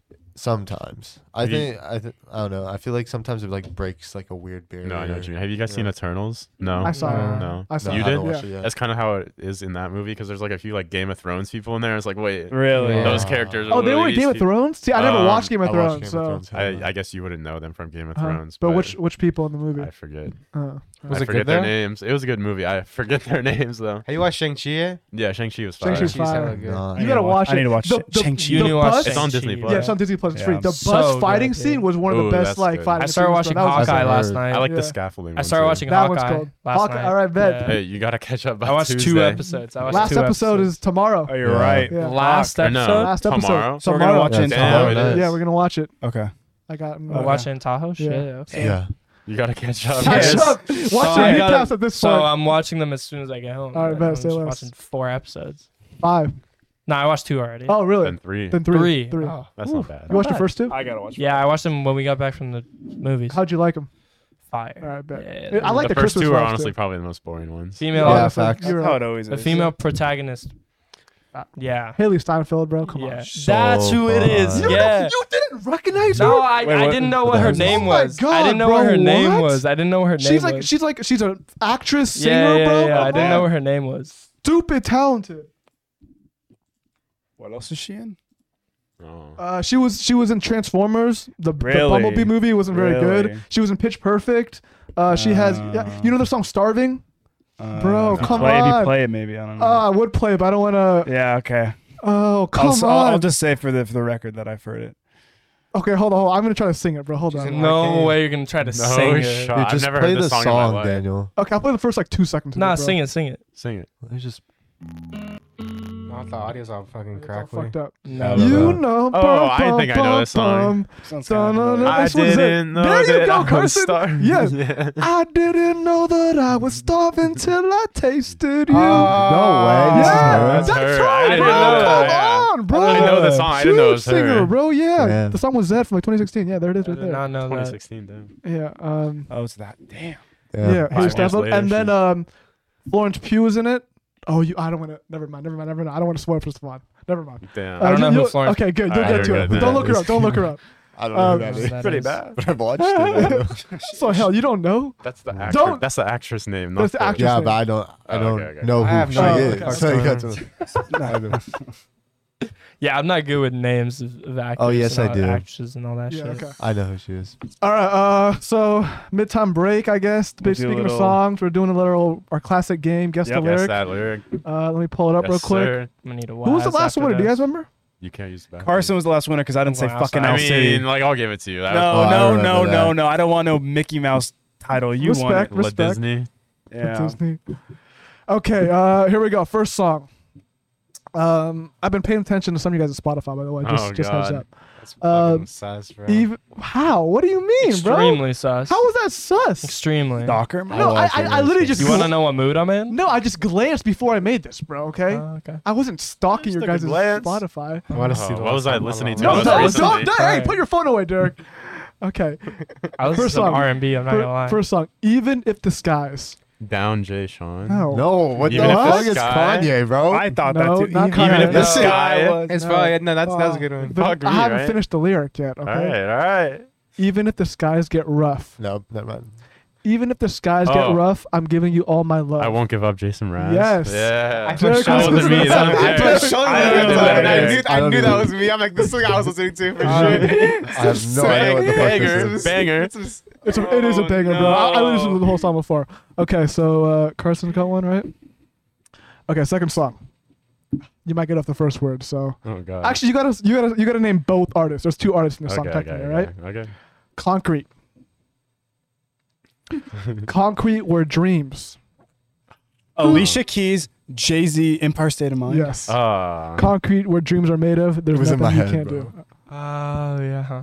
C: sometimes I
G: Have you-
C: think I th- I don't know. I feel like sometimes it like breaks like a weird barrier.
G: no, I know what you mean. Have you guys seen
C: Yeah.
G: Eternals? No,
A: I saw
E: No.
A: it.
G: no.
A: I saw
G: you
A: it.
G: did.
A: don't watch
C: Yeah.
G: That's kind of how it is in that movie because there's like a few like Game of Thrones people in there. It's like wait,
D: really.
E: Yeah.
G: those characters. Are
A: Oh, they were
G: literally
A: in Game of
G: these peop-
A: Thrones. See, I never
G: Um,
A: watched Game of
C: I
A: Thrones,
C: watched Game
A: so.
C: of Thrones. yeah.
G: I, I guess you wouldn't know them from Game of
A: uh-huh.
G: Thrones,
A: but which which people in the movie?
G: I forget.
A: Uh,
E: Was
G: I
E: it good
G: forget their
E: though?
G: names. It was a good movie. I forget their names though.
E: Have you watched Shang Chi yet?
G: Yeah, Shang Chi was fire.
A: Shang-Chi was
E: Shang-Chi's hella
A: fire.
E: good.
D: I
A: you
D: need
A: gotta
D: to
A: watch,
D: watch- I need to
A: it.
D: watch
A: the, the,
D: Shang-Chi.
A: The
B: You need to watch
A: bus,
G: It's on
B: Shang-Chi,
G: Disney
B: yeah.
G: Plus.
A: Yeah, it's on Disney Plus. It's
D: Yeah.
A: free. The
B: So
A: bus
B: good,
A: fighting
B: dude.
A: scene was one of the
G: Ooh,
A: best
G: that's
A: like
G: good.
A: fighting.
B: I
A: scenes
B: started
A: and
B: watching
A: that was-
B: Hawkeye
C: good.
B: last
C: I
B: night.
G: I like
A: Yeah.
G: the scaffolding.
B: I
G: one,
B: started
G: too.
B: watching
A: That one's
B: Hawkeye
A: called
B: last
A: Hawkeye,
B: night.
A: alright, bet.
G: Hey, you gotta catch up. By
B: I watched two
G: Tuesday.
B: episodes. I watched
A: Last
B: two
A: episode
B: episodes.
A: is tomorrow.
D: Oh, you're
C: Yeah.
D: right.
A: Yeah.
B: last
G: Or no,
B: episode.
A: Last episode.
G: Tomorrow.
D: So we're gonna
A: Tomorrow.
D: watch
C: Yeah,
D: it.
G: tomorrow
D: tomorrow.
G: it is.
A: Yeah, we're gonna watch it.
D: Okay.
A: I got.
B: We're
D: Okay.
B: watching Tahoe. Shit.
A: Yeah.
B: okay.
C: Yeah.
G: You gotta catch up.
A: Catch
G: Yes.
A: up. Watch the
B: I gotta-
A: recaps at this
B: So
A: point.
B: I'm watching them as soon as I get home.
A: All right,
B: I'm
A: bet, say
B: just
A: less.
B: watching four episodes.
A: Five.
B: No, I watched two already.
A: Oh, really?
G: Then three.
A: Then
B: three.
A: three. Three.
B: Oh.
G: That's
A: Oof.
G: not bad.
A: You watched the
B: bad.
A: first two?
D: I gotta watch.
B: Yeah, I watched them when we got back from the movies.
A: Howd you like them?
B: Fire.
A: All right, bet.
B: Yeah,
A: I like the,
G: the first
A: Christmas
G: two are
A: ones,
G: honestly
A: too.
G: probably the most boring ones.
B: Female.
C: Yeah,
A: Honestly,
C: facts.
A: You're
D: That's how
A: right.
D: it always is.
B: The female protagonist. Uh, yeah.
A: Haley Steinfeld, bro. Oh, Come
B: yeah.
A: on.
C: So
B: That's who it is.
C: fun.
B: Yeah.
A: You didn't recognize
B: No,
A: her.
B: I,
D: Wait,
B: I
D: what?
B: didn't know what her
C: Oh
B: name
A: my
B: was. I
A: God,
B: didn't know what
A: bro,
B: her name
A: what?
B: was. I didn't know what her name
A: She's like
B: was.
A: she's like she's an actress, singer,
B: yeah, yeah,
A: bro.
B: yeah, I
A: Come
B: didn't
A: on.
B: know what her name was.
A: Stupid talented.
D: What else is she in?
G: Oh.
A: Uh, she was she was in Transformers. The, the
D: Really?
A: Bumblebee movie wasn't very good.
D: Really?
A: She was in Pitch Perfect. Uh, she has yeah,
D: Uh.
A: you know the song "Starving."
D: Uh,
A: Bro,
D: if you
A: come
D: play, If
A: on.
D: you play it, maybe I don't know.
A: Uh, I would play, it, but I don't want to.
D: Hmm. yeah. Okay.
A: Oh come
D: I'll, s- I'll-
A: on.
D: I'll just say for the for the record that I've heard it.
A: okay, hold on, hold on. I'm gonna try to sing it, bro. Hold
E: She's
A: on.
E: in-
B: No
E: Okay.
B: way you're gonna try to
G: No
B: sing it.
G: shot.
C: Dude,
G: I've
C: just
G: never
C: play
G: heard
C: the
G: this song, in my
C: song,
G: life.
C: Daniel.
A: Okay, I'll play the first like two seconds. of
B: Nah,
A: it, bro.
B: sing it, sing it.
G: Sing it.
C: It's just
E: Oh, the audio's all fucking
A: It's all
E: crackly.
A: fucked up.
B: No.
C: don't
A: You
C: know.
A: know.
G: Oh, I think I know this song.
D: Sounds
A: Dun,
D: kinda
A: dun,
D: familiar.
A: dun.
G: I
A: This one's it.
G: didn't know
A: There you
G: that
A: go,
G: I was
A: Carson.
G: starving.
A: Yes.
G: Yeah.
A: I didn't know that I was starving till I tasted you.
C: no way.
A: yeah,
G: her.
A: that's
G: Ah, That's her. I
A: right,
G: didn't
A: bro.
G: know
A: Come
G: that, yeah.
A: on, bro.
G: I know the song. I didn't know it was
A: Huge singer,
G: her.
A: bro. Yeah.
C: Yeah.
A: the song was Zed from like 2016. Yeah, there it is
B: I
A: right
B: did
A: there.
B: not know that.
G: 2016, damn.
A: Yeah, um,
D: Oh, it's that. Damn.
A: yeah, Haley
G: years
A: Steinfeld,
G: later,
A: and then
G: she-
A: um, Florence Pugh is in it. Oh, you. I don't want to. Never mind. Never mind. Never mind. I don't want to swear for Stefan. Never mind.
G: Damn.
B: I
A: Uh,
B: don't know
A: you-
B: who
A: you-
B: Florence-
A: Okay, good.
G: All
A: You'll
G: right,
A: get to
G: you're
A: it.
G: good
A: But don't
G: then.
A: look her up. Don't look her up.
C: I don't
A: know Um,
C: know
A: who that
C: who that is.
B: That
G: Pretty
B: is-
G: bad.
C: But I've watched
A: it.
C: it.
A: So hell, you don't know.
G: That's the actor.
A: Don't-
G: That's the actress name. Not
A: That's the actress.
C: yeah, but I don't. I
G: Oh,
C: don't
G: okay, okay.
C: know
E: I
C: who
E: have
C: she
E: no
A: idea
C: is.
E: what's
C: So you
E: going
C: got
E: on.
C: to-
B: Yeah, I'm not good with names of, of actors.
C: Oh, yes,
B: and
C: I
B: all-
C: do.
B: Actresses and all that
A: Yeah,
B: shit.
A: okay.
C: I know who she is.
A: All right. Uh, so midtime break, I guess.
D: We'll do a
A: Speaking of
D: little-
A: songs, we're doing a little our classic game, guess
D: Yep.
A: the
G: Guess
A: lyric.
G: that lyric.
A: Uh, let me pull it up
G: Yes,
A: real quick.
G: sir.
B: I'm gonna need a
A: Who was the
B: Waz
A: last
B: after
A: winner? Do you
B: this.
A: guys remember?
G: You can't use the back.
D: Carson was the last winner because I didn't say
B: Wow,
D: fucking
B: sorry.
D: L
G: I
D: City.
G: mean, like I'll give it to you. That
D: No,
C: Oh, I
D: no,
C: remember
D: no, no,
C: that.
D: no. I don't want no Mickey Mouse title. You
A: Respect.
D: won
G: was La
A: respect.
G: Disney.
D: it. Yeah.
A: Disney. Okay. Uh, here we go. First song. Um, I've been paying attention to some of you guys at Spotify, by the way. Just,
G: Oh,
A: just heads
G: God.
A: up.
E: That's
A: Uh,
E: fucking sus, bro.
A: Even how? What do you mean, bro?
B: Extremely sus.
A: How was that sus?
B: Extremely.
D: Docker. man?
A: No, I, I, I literally just.
B: You want to know what mood I'm in?
A: No, I just glanced before I made this, bro. Okay.
B: Oh, okay.
A: I wasn't stalking your
C: took a
A: guys'
C: glance.
A: Spotify.
E: I wanna
G: Oh,
E: see the last
G: what was I
E: time
G: listening
E: was
G: to?
E: on
A: No,
G: was
E: that.
A: don't,
G: recently.
A: don't, don't- hey,
B: Alright.
A: put your phone away, Derek. Okay,
B: I was
A: First
B: some
A: song.
B: R&B. I'm not
A: fir-
B: gonna lie.
A: first song. Even if the skies. Oh.
G: Down, Jay Sean.
A: No.
C: No, what
G: Even
C: the
G: if it's
C: fuck is
G: Sky?
C: Kanye, bro?
D: I thought
A: No,
D: that too.
A: not Kanye.
D: Even if
A: No.
D: the sky
C: Listen.
D: was.
E: It's
A: No.
E: probably no. That's that was a good one.
A: The-
G: Fuck
A: I
G: me,
A: haven't
G: right?
A: finished the lyric yet. Okay.
G: All right, all right.
A: Even if the skies get rough.
C: no, never mind.
A: Even if the skies get
G: Oh.
A: rough, I'm giving you all my love.
G: I won't give up, Jason Mraz.
A: Yes.
G: Yeah.
A: Derek was
G: That wasn't
A: listening
G: me.
A: to
G: That was
A: that.
G: Derek.
E: I put Sean
G: I
E: on
G: don't
E: the
G: know
E: time.
G: that
E: I
G: either.
E: knew, I
C: I don't
E: knew
C: know
E: that
C: that.
E: was me. I'm like, this thing I was listening to
C: Um,
E: for sure.
C: I have no idea what the fuck this
G: Banger,
C: is.
G: banger.
E: It's a-
A: It's a, it is a
G: Oh,
A: banger, bro. I, I
G: no.
A: listened to the whole song before. Okay, so uh, Carson got one right. Okay, second song. You might get off the first word. So
G: Oh god.
A: actually, you gotta you gotta you gotta name both artists. There's two artists in the song technically, right?
G: Okay. okay.
A: Concrete. Concrete were dreams.
D: Alicia Keys, Jay Z, Empire State of Mind.
A: Yes.
G: Uh,
A: Concrete where dreams are made of. There's
C: It was in
A: nothing
C: my
A: you
C: head,
A: can't
C: bro.
A: do.
B: Oh yeah. Huh.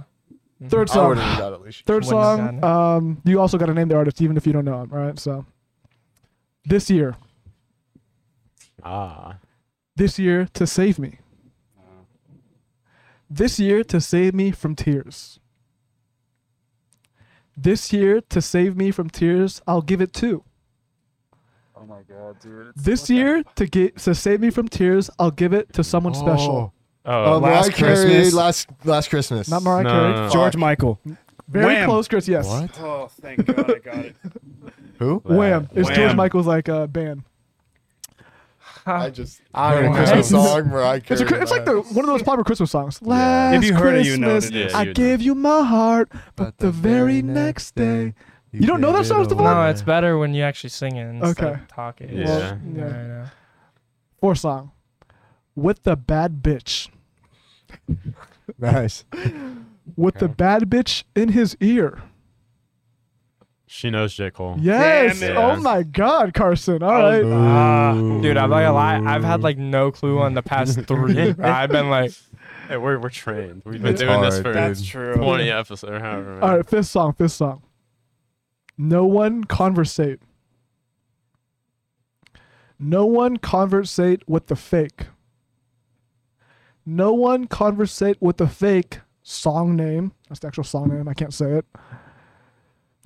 B: Mhm.
A: Third
C: I wouldn't
A: song.
C: have got Alicia.
A: Third
B: Wouldn't have gotten
A: song.
B: it.
A: Um, you also gotta name the artist even if you don't know him. All right. So this year,
G: ah.
A: this year to save me.
H: Uh-huh.
A: This year to save me from tears. This year to save me from tears, I'll give it to.
H: Oh my god, dude.
A: This year to get to save me from tears, I'll give it to someone special.
G: Oh.
C: Oh,
D: Last
C: Mariah Carey,
D: Christmas.
C: last last Christmas.
A: Uh, Not Mariah
G: No,
A: Carey.
G: no, no.
D: George Michael.
A: Very
D: Wham.
A: close, Chris. Yes.
C: What?
D: Oh, thank God I got it.
C: Who?
A: Wham! It's
D: Wham.
A: George Michael's like uh, band.
B: Mm-hmm.
A: Ah.
C: I just
E: I
C: heard
E: don't
C: a
E: know.
C: Christmas
A: Wow.
C: song, Mariah Carey.
A: It's, a, cri- it's like the, one of those popular Christmas songs. Last
D: If you heard it,
A: Christmas,
D: you know what it
G: is. Yeah,
A: I
G: you know.
A: gave you my heart, but the very next day. You don't know that song, Stefan?
B: No, it's better when you actually sing it instead
A: Okay.
B: of talking.
G: Yeah.
A: Well,
B: I
A: yeah.
B: know.
A: Fourth song. With the bad bitch.
C: nice.
A: With the
E: Okay.
A: bad bitch in his ear.
G: She knows J Cole.
A: Yes.
D: Damn
G: it.
A: Oh my God, Carson. All
B: I
A: right.
B: was- ah, dude, I'm not gonna lie. I've had like no clue on the past three. bro. I've been like,
G: Hey, we're we're trained. We've been
C: It's
G: doing this
C: hard,
G: for
C: that's
D: true.
G: 20 episodes or however. many.
A: All right. Fifth song. Fifth song. No one conversate. No one conversate with the fake. No one conversate with the fake song name. That's the actual song name. I can't say it.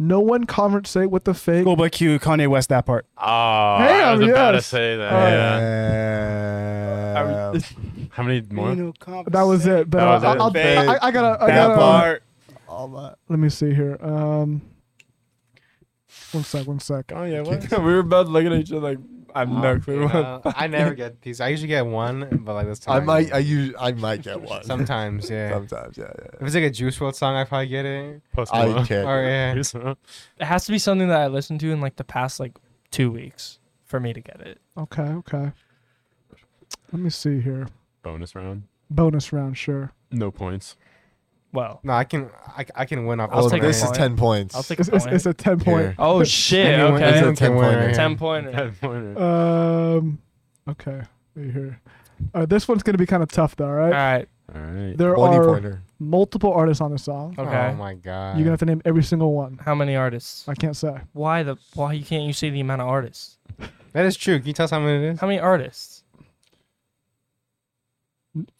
A: No one conversate with the fake.
D: Cool, but cue Kanye West that part.
G: Oh, I was
A: Damn,
G: about to
A: yes.
G: say that.
A: All right.
G: yeah.
B: Uh,
C: Yeah.
G: How many more?
A: That was it. But
G: That was
A: I,
G: it.
A: I'll, I, I gotta. I
D: That
A: gotta
D: part.
A: Let me see here. Um, one sec. One sec.
G: Oh yeah, what?
H: we were both looking at each other like, I have
D: Oh,
H: no clue. what-
E: Uh, I never get these. I usually get one, but like this time
C: I might.
E: get
C: I use. I might get one.
E: sometimes, yeah.
C: Sometimes. Yeah. yeah.
E: If it's like a Juice World song, I probably get it.
G: Post
C: I
G: Malone.
C: can't.
E: Or yeah,
G: Post Malone.
B: it has to be something that I listened to in like the past like two weeks for me to get it.
A: Okay. Okay. Let me see here.
G: Bonus round.
A: Bonus round. Sure.
G: No points.
B: Well,
E: no, I can. I, I can win off.
B: I'll
E: this
C: Oh,
B: take
E: one.
C: this is
B: point.
C: ten points.
B: I'll take a
A: It's, it's,
B: point.
A: it's a ten
C: Here.
A: point.
B: oh shit!
E: Anyone-
B: Okay,
E: anyone can win
C: Ten
E: right here.
B: ten pointer.
G: Ten pointer.
A: Um. Okay. Let me Here. Uh, this one's gonna be kind of tough, though. All
B: All
A: right.
B: right.
G: All right.
A: There
C: Twenty
A: are
C: pointer.
A: multiple artists on this song.
B: Okay.
E: Oh my god.
A: You're gonna have to name every single one.
B: How many artists?
A: I can't say.
B: Why the why you can't you say the amount of artists?
E: That is true. Can you tell us how many it is?
B: How many artists?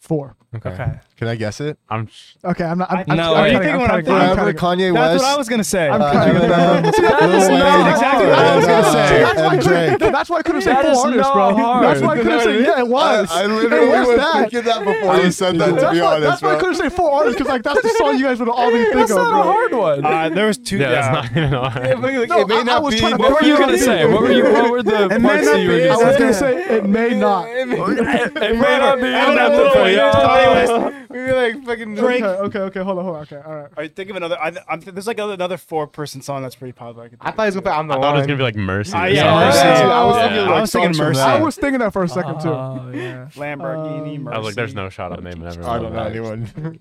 A: Four.
B: Okay.
C: Can I guess it?
G: I'm. Sh-
A: Okay. I'm not. I'm,
B: No,
A: I'm,
B: are
A: I'm
B: you
A: cutting-
D: thinking what I'm
A: I'm
D: thinking?
A: cutting-
C: Remember
A: I'm cutting-
C: Kanye
D: That's
C: West?
D: what I was gonna say.
A: I'm
C: Uh,
A: cutting it out.
C: Eminem,
A: See, that
C: Lil
A: is not
C: Wayne,
A: hard.
D: Exactly what I was gonna
C: uh,
D: say.
A: That's why I couldn't-
C: MJ.
A: That's why I couldn't say
B: That
A: four
B: is
A: artists,
B: not
A: bro.
B: hard.
A: That's why I couldn't say yeah, it was.
C: I, I
A: It
C: literally
A: was
C: was,
A: that.
C: thinking that before you said that. To
A: that's
C: be
A: why,
C: honest,
A: that's why I
C: bro.
A: couldn't say four artists because like that's the song you guys would all be thinking of.
H: That's not
A: bro.
H: a hard one.
D: Uh, there was two.
G: yeah,
D: yeah.
G: that's not even hard.
A: No,
C: it may
A: I- I
C: not
A: was
C: be-
A: trying to-
B: What were you gonna say? What were you? What were the
D: And
B: parts
D: then
B: that you were
D: up
A: I
B: gonna
A: was
B: say?
A: gonna say it may not.
B: It may not be.
D: Eminem, Lil Wayne, Kanye West.
E: We were like fucking
A: Okay,
D: Drake.
A: okay, okay. Hold on, hold on. Okay, all right.
D: All right, think of another. I, I'm, there's like another four-person song that's pretty popular. I, could
E: I thought he was gonna put I'm the
G: I
E: one.
G: thought it was gonna be like Mercy.
D: Ah,
G: or
D: yeah,
G: something.
A: Mercy. I was
G: Yeah.
D: thinking, like, I was thinking
C: songs from
D: Mercy.
C: that.
A: I was thinking that for a second too.
B: Oh yeah.
D: Lamborghini,
A: Um,
D: Mercy.
G: I was like, there's no shot of naming everyone.
C: I don't know anyone.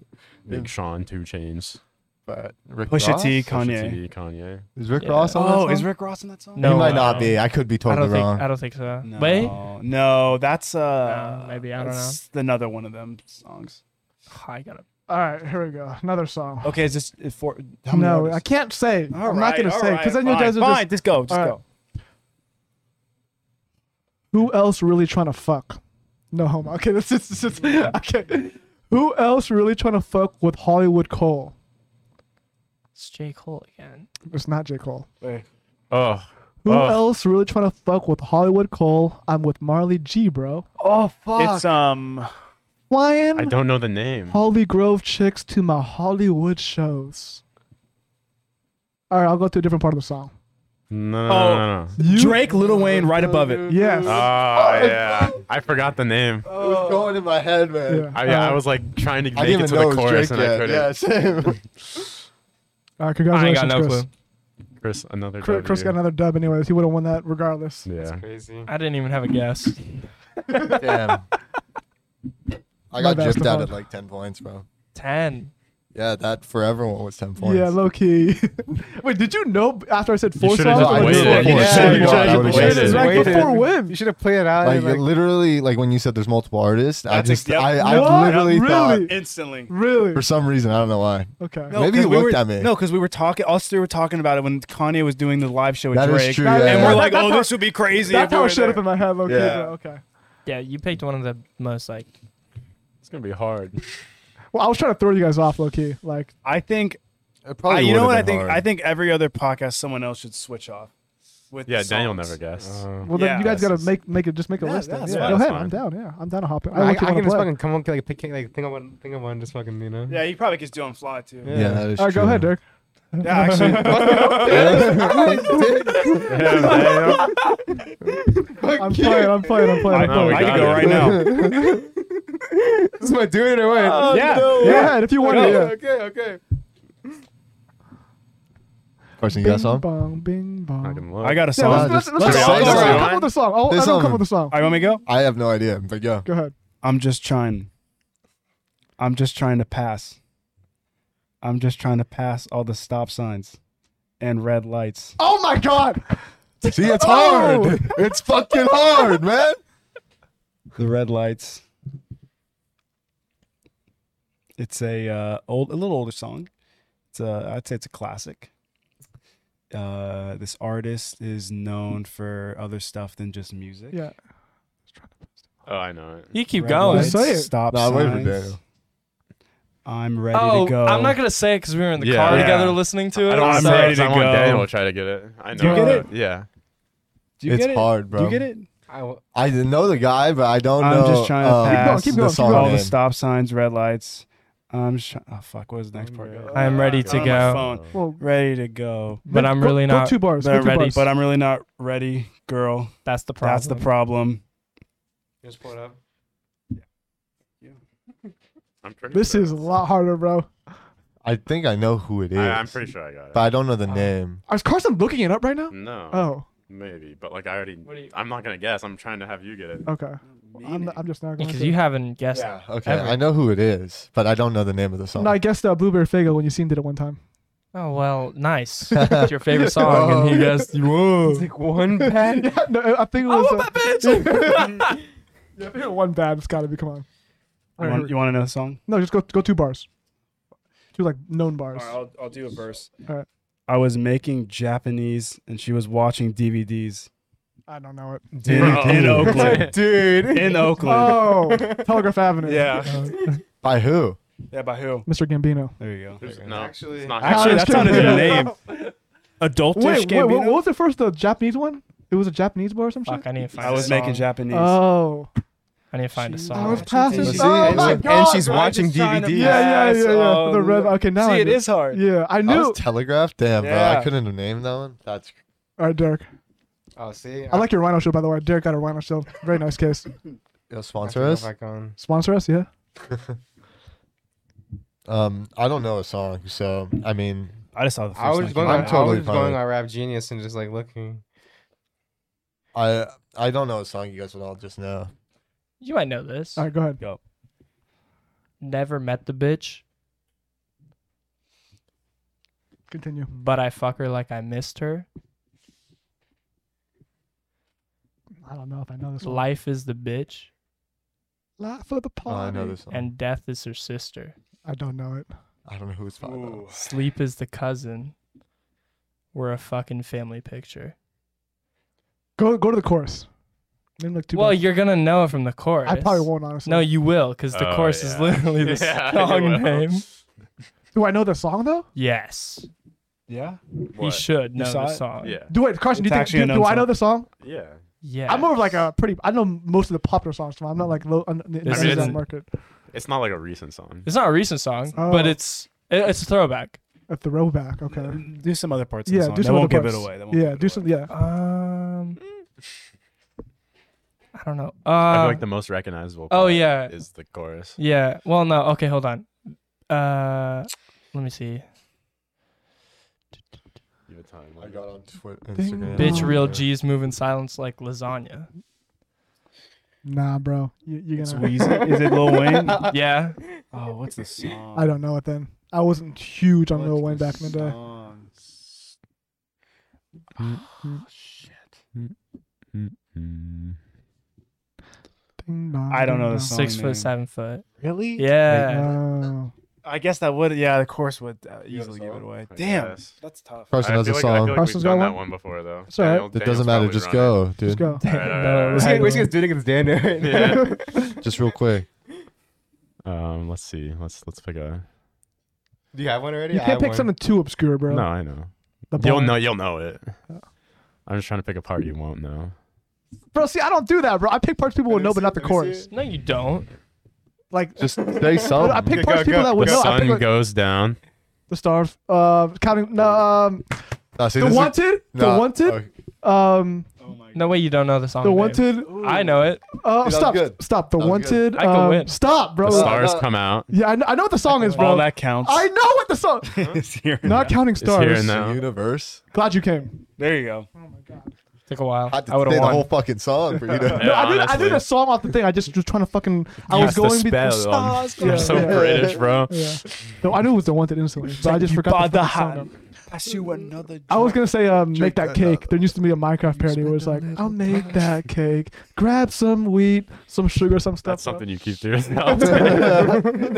G: Big Sean, Two Chains. but Rick
D: Pusha
G: Ross?
D: T,
G: Pusha
D: Kanye.
G: T, Kanye.
C: Is Rick
B: Yeah.
C: Ross on
D: Oh,
C: that
D: is
C: song?
D: Rick Ross in that song?
B: No,
C: he might
B: uh,
C: not be. I could be
B: I
C: totally
B: don't think.
C: wrong.
B: I don't think so.
D: No.
B: Wait, Oh,
D: No, that's uh
B: Uh, maybe, I don't know.
D: that's another one of them songs.
B: I got it.
A: All right, here we go. Another song.
D: Okay, is this is for how many
A: No,
D: artists?
A: I can't say. I'm
D: All right,
A: not gonna
D: all
A: say
D: right,
A: because then you
D: fine,
A: guys are
D: fine.
A: just
D: Just go, just
A: all right.
D: go.
A: who else really trying to fuck? No homo. Okay, this is this is okay. Who else really trying to fuck with Hollywood Cole?
B: It's J Cole again.
A: It's not J Cole.
G: Oh,
A: Who
G: Oh.
A: else really trying to fuck with Hollywood Cole? I'm with Marley G, bro.
D: Oh fuck! It's um.
G: I
A: Flying
G: don't know the name.
A: Holly Grove chicks to my Hollywood shows. All right, I'll go to a different part of the song.
G: No, no,
D: Oh.
G: no, no. no.
D: Drake, Lil Wayne, right above it.
A: Yes.
G: Oh, yeah. I forgot the name.
C: It was going in my head, man.
A: Yeah.
G: I, yeah, I
A: Uh,
G: was like trying to
C: I
G: make
C: didn't
G: it
C: even
G: to
C: know
G: the
C: it was
G: chorus
C: Drake
G: and I
C: yet.
G: couldn't.
C: Yeah, same.
A: All right,
B: I ain't
A: congratulations,
B: got no
A: Chris.
B: clue.
G: Chris, another.
A: Chris, Chris got
G: W.
A: another dub, anyways. He would have won that regardless.
G: Yeah.
E: Crazy.
B: I didn't even have a guess.
C: Damn. I
A: My
C: got
A: bad,
C: gypped out
A: Stefan.
C: at like 10 points, bro.
B: Ten.
C: Yeah, that forever one was 10 points.
A: Yeah, low key. Wait, did you know after I said four
G: should've
A: songs?
G: just
A: I
C: waited.
A: knew it.
C: You
A: Yeah,
C: should've
A: you
C: just
A: should've
C: waited.
A: just
C: Waited.
A: Right
E: Waited.
A: before when?
E: You should have played it out.
C: Like,
E: Like,
C: literally, like when you said there's multiple artists, I
D: That's
C: just,
D: ex- yep.
C: I,
A: What?
C: I literally thought,
A: Really?
D: Instantly.
A: Really?
C: for some reason, I don't know why.
A: Okay.
C: No, Maybe
D: 'cause
C: you
D: we
C: looked
D: were-
C: at me.
D: No, because we were talking. Us three were talking about it when Kanye was doing the live show with
C: That is
D: Drake,
C: true,
A: That-
C: yeah.
D: and we're
A: that-
D: like,
A: that's
D: "Oh,
A: how-
D: this would be crazy."
A: That's
D: if we
A: how
D: were
A: it showed up
D: there."
A: in my head. Okay.
D: Yeah.
A: bro, Okay.
B: Yeah, you picked one of the most like.
G: It's gonna be hard.
A: Well, I was trying to throw you guys off, low key. Like,
D: I think.
C: It
D: I,
C: probably
D: you
C: would've
D: know what I
C: been
D: think?
C: hard.
D: I think every other podcast, someone else should switch off. With
G: Yeah,
D: the
G: Daniel
D: songs.
G: never guessed.
A: well, then
D: Yeah.
A: you guys got
D: Yes,
A: to
D: it's-
A: make make it just make a
D: Yeah,
A: list. then.
D: that's
A: Yeah,
G: fine.
A: go
G: That's
A: ahead.
G: fine.
A: I'm down. Yeah, I'm down to hop in.
E: I, I,
A: I, want
E: can just
A: to play.
E: fucking come on, like pick, like think of one, think of one, just fucking you know.
D: Yeah, he probably could do on fly too.
C: Yeah,
E: Yeah.
C: that is
A: All right,
C: true.
A: go ahead, Dirk.
D: Yeah, actually.
A: I'm playing. I'm playing. I'm playing. I'm
G: No,
A: playing.
G: we
D: I
G: got
D: could go
G: it.
D: right now.
E: This is my doing it or what?
D: yeah.
A: Go ahead if you want to. Yeah.
E: Okay, okay.
C: Carson, you got some?
A: Bong, bing bong.
G: Not gonna
D: I
G: lie.
D: got a
A: Yeah,
D: song.
A: let's,
D: All
A: let's, let's, let's,
C: Let's do it.
A: let's,
C: Let's do it.
A: come with a song. I'll,
C: This
A: I'll come
C: song.
A: with a song.
D: right, want me to go?
C: I have no idea, but yeah.
A: Go ahead.
D: I'm just trying. I'm just trying to pass. I'm just trying to pass all the stop signs and red lights.
A: Oh my God!
C: See, it's
A: Oh!
C: hard. It's fucking hard, man.
D: The red lights. It's a uh, old, a little older song. It's a, I'd say it's a classic. Uh, this artist is known for other stuff than just music.
A: Yeah.
G: Oh, I know it.
B: You keep
D: Red
B: going.
A: lights. Say it.
D: Stop
C: Nah, wait for
D: signs.
C: Daniel.
D: I'm ready
B: Oh,
D: to go.
B: I'm not gonna say it because we were in the
G: Yeah.
B: car
D: Yeah.
B: together listening to it.
G: I don't want
D: I'm
G: to say
D: ready
G: it. 'cause I
D: to
G: want
D: go.
G: Daniel to try to get it. I know.
D: you get
G: it? Yeah.
D: Do you
C: it's
D: get it?
C: hard,
D: Do
C: bro.
D: you get it?
E: I will.
C: I didn't know the guy, but I don't
D: I'm
C: know.
D: just trying to
C: um,
D: pass
A: Keep
C: the
A: going, keep
C: song
A: going.
D: all the
C: name.
D: stop signs, red lights. I'm sh- oh fuck. What was the next part? go?
B: I'm ready to
D: It's on my
B: go.
D: phone.
A: Well,
D: Ready to go,
B: But I'm
A: go-
B: really
A: go
B: not-
A: two bars.
D: but
A: go
D: I'm
A: two
D: ready.
A: bars.
D: But I'm really not ready, girl.
B: That's the problem.
D: That's the problem.
E: Just pull it up.
G: I'm pretty
A: This
G: sure.
A: is a lot harder, bro.
C: I think I know who it is,
G: I, I'm pretty sure I got it.
C: but I don't know
D: Uh,
C: the name.
A: Is Carson looking it up right now?
G: no.
A: Oh,
G: Maybe, but like I already.
B: What do you-
G: I'm not gonna guess. I'm trying to have you get it.
A: Oh, okay. I'm, I'm just not going
B: because
A: to.
B: you haven't guessed.
C: Okay,
B: Ever.
C: I know who it is, but I don't know the name of the song.
A: No, I guessed uh, Blueberry Fago when you seen did it one time.
B: Oh well, nice. it's your favorite song, and he guessed. Whoa.
E: It's like one bad.
A: Yeah, no, I think it was. uh,
B: bitch.
A: yeah, if you're one bad, it's got to be. Come on. All
D: You
A: right, here
D: want,
A: we-
D: you want to know the song?
A: no, just go go two bars. Two like known bars.
D: I'll, I'll do a verse.
A: All right.
D: I was making Japanese, and she was watching DVDs
A: I don't know it.
D: in, in Oakland.
E: Dude.
D: in Oakland.
A: Oh, Telegraph Avenue.
D: Yeah.
A: Uh,
C: By who?
D: Yeah, by who?
A: Mr. Gambino.
D: There you go.
G: There's- no,
E: Actually-
G: it's not
D: Actually,
A: Alex
D: that's not his
A: Gambino.
D: name. Adultish
A: Wait, wait,
D: Gambino.
A: what what was the first the Japanese one? It was a Japanese bar or some
B: Fuck,
A: shit.
B: I need to find.
D: I
B: a
D: was making
B: song.
D: Japanese.
A: Oh,
B: I need to find a
D: She's-
A: I
B: song.
A: was passing.
C: She's-
A: Oh
C: and
A: my
E: she's-
A: god!
E: and she's watching
A: Yeah,
E: DVDs.
A: yeah, yeah, yeah. the red. Okay, now I
D: um, See, it
A: do.
D: is hard.
A: Yeah, I
C: I
A: knew.
C: was Telegraph. Damn, bro,
D: Yeah.
C: I couldn't have named that one. That's
A: All right, Derek.
E: Oh, see.
A: I like your rhino shield, by the way. Derek got a rhino shield. Very nice case.
C: you'll
E: I
C: sponsor
E: can go
C: us.
E: back on.
A: Sponsor us, yeah.
C: Um, I don't know a song, so I mean,
D: I just saw the first
E: I was
D: thing
E: just
D: come
E: going.
D: out.
E: On,
C: I'm totally
E: I was
C: fine
E: going
C: with-
E: on Rap Genius and just like looking.
C: I I don't know a song you guys would all just know.
B: You might know this.
A: All right, go ahead.
B: Never met the bitch.
A: Continue.
B: but I fuck her like I missed her.
A: I don't know if I know this one.
B: Life is the bitch,
A: Laugh for the
C: Oh, I
A: party.
C: know this song.
B: and death is her sister.
A: I don't know it.
C: I don't know who it's from. though.
B: Sleep is the cousin. We're a fucking family picture.
A: Go go to the chorus. Name like two.
B: well,
A: bands.
B: you're gonna know it from the chorus.
A: I probably won't honestly.
B: No, you will, because the
G: Oh,
B: chorus is
G: yeah.
B: literally the
G: Yeah, you will.
B: song name.
A: Do I know the song though?
B: Yes,
D: Yeah.
B: you
G: What?
B: should know
D: saw
B: the
D: it?
B: song.
G: Yeah.
A: Do wait, Carson. Do
D: It's
A: you think?
D: actually
A: Do,
D: a known
A: do I know
D: song.
A: the song?
G: Yeah.
B: yeah.
A: I'm more of like a pretty. I know most of the popular songs. From, I'm not like low on the,
B: mean,
A: on that
B: it's-
A: market.
G: It's not like a recent song.
B: It's not a recent song, but
A: Oh.
B: it's it, it's a throwback.
A: A throwback. Okay.
D: Do some other parts.
A: Yeah.
D: Of
A: Do
D: the
A: some
D: song.
A: other
D: That won't give it
A: parts.
D: away. That won't give
A: Yeah.
D: it
A: Do
D: away.
A: some. Yeah.
B: Um, I don't know. Uh,
G: I feel like the most recognizable.
B: oh
G: part
B: yeah,
G: Is the chorus.
B: yeah. Well, no. Okay, hold on. Uh, let me see.
G: Give it time.
C: I got on Twitter,
A: Ding
C: Instagram.
B: Bitch,
A: Oh,
B: real G's move in silence like lasagna.
A: Nah, bro. You, you're
D: It's
A: gonna.
D: Weezy. Is it Lil Wayne?
A: Uh,
B: Yeah,
D: Oh, what's the song?
A: I don't know it then. I wasn't huge on Lil Wayne
D: What's
A: back in the day.
D: song?
G: hmm.
A: Ding dong,
D: I don't
A: ding
D: know the
A: dong.
D: song.
B: six
D: name.
B: foot, seven foot.
C: Really?
B: Yeah.
A: Oh.
D: I guess that would. Yeah, the course would uh,
C: You have a
D: easily give
C: song?
D: it away.
G: I
D: Damn,
G: guess.
D: that's tough.
C: Carson
G: uh, I
C: has a
G: feel like, I
C: song.
G: feel like
A: Carson's
G: we've done
A: got
G: that
A: one?
G: one before though.
A: It's all right.
G: Daniel-
C: It
G: Daniel's
C: doesn't matter.
G: probably
C: Just
G: running.
C: go, dude.
A: Let's go.
G: All right, all
B: No,
G: right, all
B: let's
A: I
E: We're
B: go.
A: know.
E: just doing it because Dan knew it.
G: Yeah.
C: Just real quick.
G: right. Um, let's see. Let's let's pick a.
E: Do you have one already?
A: You
E: I
A: can't
E: have
A: pick
E: one.
A: something too obscure, bro.
G: No, I know.
A: The
G: You'll
A: bar.
G: know. You'll know it.
A: Oh.
G: I'm just trying to pick a part you won't know.
A: Bro, see, I don't do that, bro. I pick parts people would know, but not the chorus.
B: No, you don't.
A: Like,
C: Just say
A: I, I
C: something.
A: pick parts
E: go,
A: people
E: go.
A: that
G: The
A: would know. I
G: sun
A: pick, like,
G: goes down.
A: the stars. Uh, counting. No, um,
C: Nah, see,
A: the
C: this is-
A: wanted.
C: nah, Oh.
A: the wanted.
C: okay.
A: Um,
B: No way, you don't know the song.
A: the
B: babe.
A: wanted.
B: I know it.
A: Uh,
C: was
A: stop.
C: good.
A: Stop. The
C: That was good.
A: wanted.
B: I can
A: um,
B: win.
A: Stop, bro.
G: The
C: Uh,
G: stars
C: uh,
G: come out.
A: yeah, I know, I know what the song is, Uh,
D: All
A: bro.
D: that counts.
A: I know what the song.
D: It's here and
A: Not
D: now.
A: counting
G: It's here
A: stars.
G: and
C: The
G: now.
C: universe.
A: Glad you came.
D: There you go.
B: Took a while.
C: I had to
B: I would
C: say
B: have
C: the whole
B: won.
C: fucking song for you to.
A: No, I, did, I
G: honestly.
A: did a song off the thing. I just was trying to fucking. I
G: You
A: was
G: used the
A: going be-
G: spell
A: the
G: on-
A: stars.
G: You're
A: Yeah,
G: so
A: yeah.
G: British, bro.
A: Yeah. No, I knew it was the wanted instantly, but I just forgot the, fucking song. name.
D: Pass you another.
A: I was gonna say, um, make
C: Drink
A: that
C: that
A: cake.
C: now.
A: There used to be a Minecraft parody where it's like, I'll make that cake, grab some wheat, some sugar, some stuff.
G: That's something you keep to yourself.
D: no,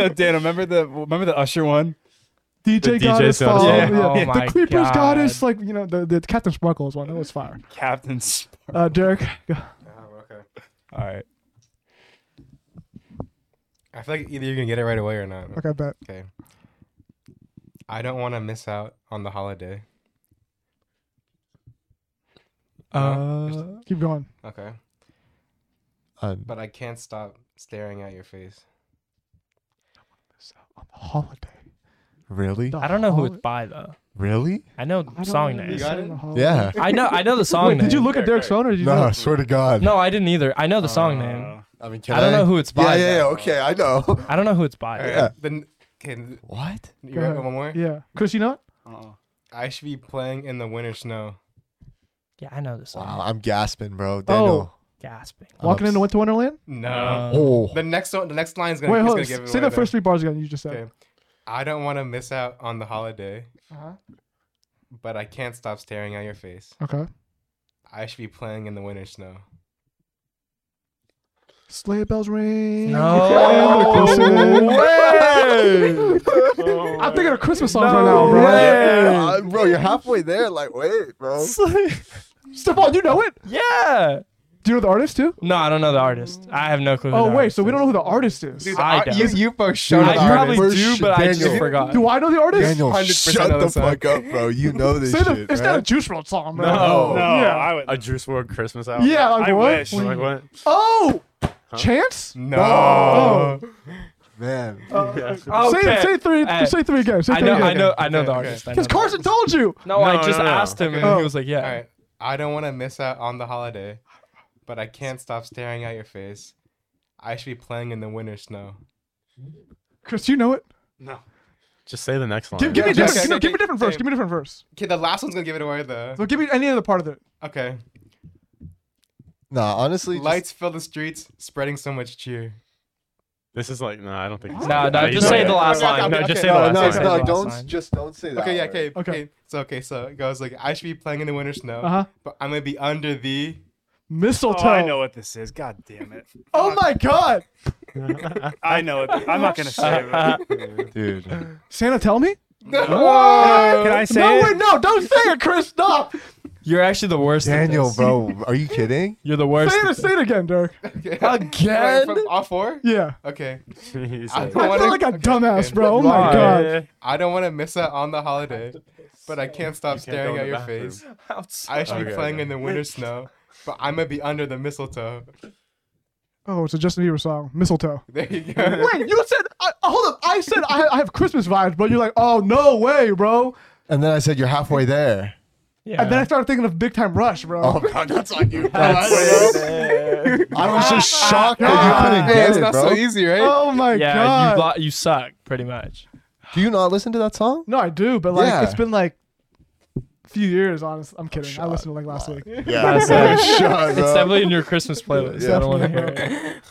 D: Dan, remember the remember the Usher one?
A: DJ
G: The DJ
A: Goddess,
G: song.
A: follow-
G: Yeah.
A: yeah.
B: Oh
A: Yeah.
B: my
A: the Creepers
B: God.
A: Goddess, like you know, the, the Captain Sparkles one. That was fire.
D: Captain Spark.
A: Uh, Derek, go-
D: All right.
E: I feel like either you're gonna get it right away or not.
A: okay, I bet.
E: Okay. I don't want to miss out on the holiday.
B: Uh,
A: Keep going.
E: Okay.
C: Uh,
E: But I can't stop staring at your face.
A: On the holiday.
C: really?
A: The
B: I don't know who
A: holi-
B: it's by though.
C: Really?
B: I know
A: oh. I don't
B: song
A: know
B: name.
A: who's
E: got
A: on
E: it?
A: the holiday.
C: Yeah.
B: I know. I know the song
A: Wait,
B: name.
A: did you look at Derek's phone or did you?
C: No,
A: not?
C: I swear to God.
B: No, I didn't either. I know the song
A: Uh,
D: Uh,
B: name.
C: I mean, can
B: I don't know who it's by.
C: Yeah, yeah, yeah.
B: though.
C: Okay, I know.
B: I don't know who it's by.
E: All right,
C: Yeah.
E: Then can
C: What?
E: you
A: Go
E: got
A: ahead.
E: one more?
A: Yeah, Chris, you know it.
D: Uh-uh.
E: I should be playing in the winter snow.
B: Yeah, I know the song.
C: Wow, I'm gasping, bro. Daniel.
B: Gasping.
C: I'm
A: Oh, Walking into
C: ups-
A: Winter Wonderland.
E: No.
C: Oh.
E: the next one, the next line is gonna,
A: Wait,
E: it's
A: hold.
E: gonna
A: on.
E: give it
A: Say
E: away
A: the first
E: though.
A: three bars again. You just said.
E: Okay. I don't want to miss out on the holiday, but I can't stop staring at your face.
A: Okay.
E: I should be playing in the winter snow.
A: Sleigh bells ring.
B: No
A: And the kisses.
C: Hey!
A: I'm thinking of Christmas songs right now, bro.
C: Yeah, uh, bro, you're halfway there. Like, wait, bro.
A: Stephon, you know it?
B: yeah.
A: Do you know the artist too?
B: No, I don't know the artist. I have no clue. Who
A: oh
B: the
A: wait,
B: artist
A: so we
B: is.
A: don't know who the artist is.
E: Dude,
B: I
E: I
B: don't.
E: you, you folks showed
B: I
E: the
B: probably
E: artist.
C: artist.
B: do, but I
C: Daniel.
B: just forgot.
A: Uh, Do I know the artist?
E: Daniel, 100%
C: Shut
E: of
C: the
E: the song.
C: fuck up, bro. You know this
A: Say the,
C: shit.
A: it's
C: right?
A: not a Juice WRLD song, bro.
D: Oh, No,
A: Yeah.
D: I would.
G: a Juice World Christmas album.
A: Yeah, like
D: I
A: what?
D: wish.
G: I'm Like what?
A: Oh, Chance.
E: No.
A: Oh,
C: Man.
B: Okay.
A: say, say three.
B: Hey.
A: say three again. Say
B: I
A: three
B: know.
A: again.
B: I know. I know
E: Okay,
B: the
E: okay.
B: artist. I know
A: Because
B: the
A: Carson
B: artist.
A: told you.
B: No,
G: No,
B: I
G: no,
B: just
G: no.
B: asked him, and
A: Okay.
B: he was like,
E: All
B: "Yeah."
E: right. I don't want to miss out on the holiday, but I can't stop staring at your face. I should be playing in the winter snow.
A: Chris, you know it.
G: Just say the next line.
A: Give, give me a
E: Okay,
A: different.
E: okay,
A: no, give me
E: okay.
A: a different verse.
E: Hey.
A: Give me a different verse.
E: Okay, the last one's gonna give it away though.
A: So give me any other part of it.
E: Okay.
C: Nah, honestly. just-
E: Lights fill the streets, spreading so much cheer.
G: This is like, no, I don't think. it's-
B: No, no,
G: you
B: just
G: said
B: say
G: it.
B: the last
E: Okay, okay,
B: line. No,
E: okay,
B: just say the
C: No,
B: last
C: no,
B: line. line.
C: no,
B: Say the last
C: don't
B: line.
C: just don't say that.
E: Okay, yeah,
C: word.
E: okay,
A: Okay.
E: okay. So okay, so it goes like I should be playing in the winter snow,
A: Uh
G: Uh-huh.
A: huh.
E: but I'm gonna be under the.
A: Mistletoe.
D: Oh, I know what this is. God damn it.
A: Oh my God.
D: I know it. I'm not gonna say it.
C: Dude,
A: Santa, tell me.
D: Can I say
A: no,
D: it?
A: wait, no, don't say it, Chris. Stop.
B: You're actually the worst. at
C: Daniel,
B: this.
C: bro, are you kidding?
B: You're the
A: Say
B: worst. at
A: it,
B: this.
A: say it again, Derek.
E: Okay.
B: Again?
E: Wait, from all four?
A: Yeah.
E: Okay.
G: He's
E: I
G: like-
E: don't
A: I
E: wanna-
A: feel like a
E: okay,
A: dumbass,
E: okay.
A: bro. Oh my
B: Why?
A: God.
E: I don't want to miss out on the holiday, but I can't stop
G: You can't go
E: staring
G: in
E: at
G: the
E: your
G: bathroom.
E: face. I should be
G: Okay,
E: playing
G: okay.
E: in the winter snow, but I'm gonna be under the mistletoe.
A: Oh, it's a Justin Bieber song, Mistletoe.
E: There you go.
A: Wait, you said, I uh, hold up. I said I, I have Christmas vibes, bro. You're like, oh, no way, bro.
C: And then I said you're halfway there.
B: Yeah.
A: And then I started thinking of Big Time Rush, bro.
C: Oh god, that's on you. I was just shocked that you
E: Yeah, Ah, it's
C: couldn't get it,
E: not so
C: bro.
E: easy, right?
A: Oh my
B: yeah,
A: God.
B: you lo- you suck pretty much.
C: Do you not listen to that song?
A: no, I do, but like,
C: Yeah.
A: it's been like a few years, honestly. I'm kidding. I listened to like last week.
C: Yeah,
B: That's it.
C: shut
B: It's
C: up.
B: definitely in your Christmas playlist.
C: Yeah.
B: I don't want to hear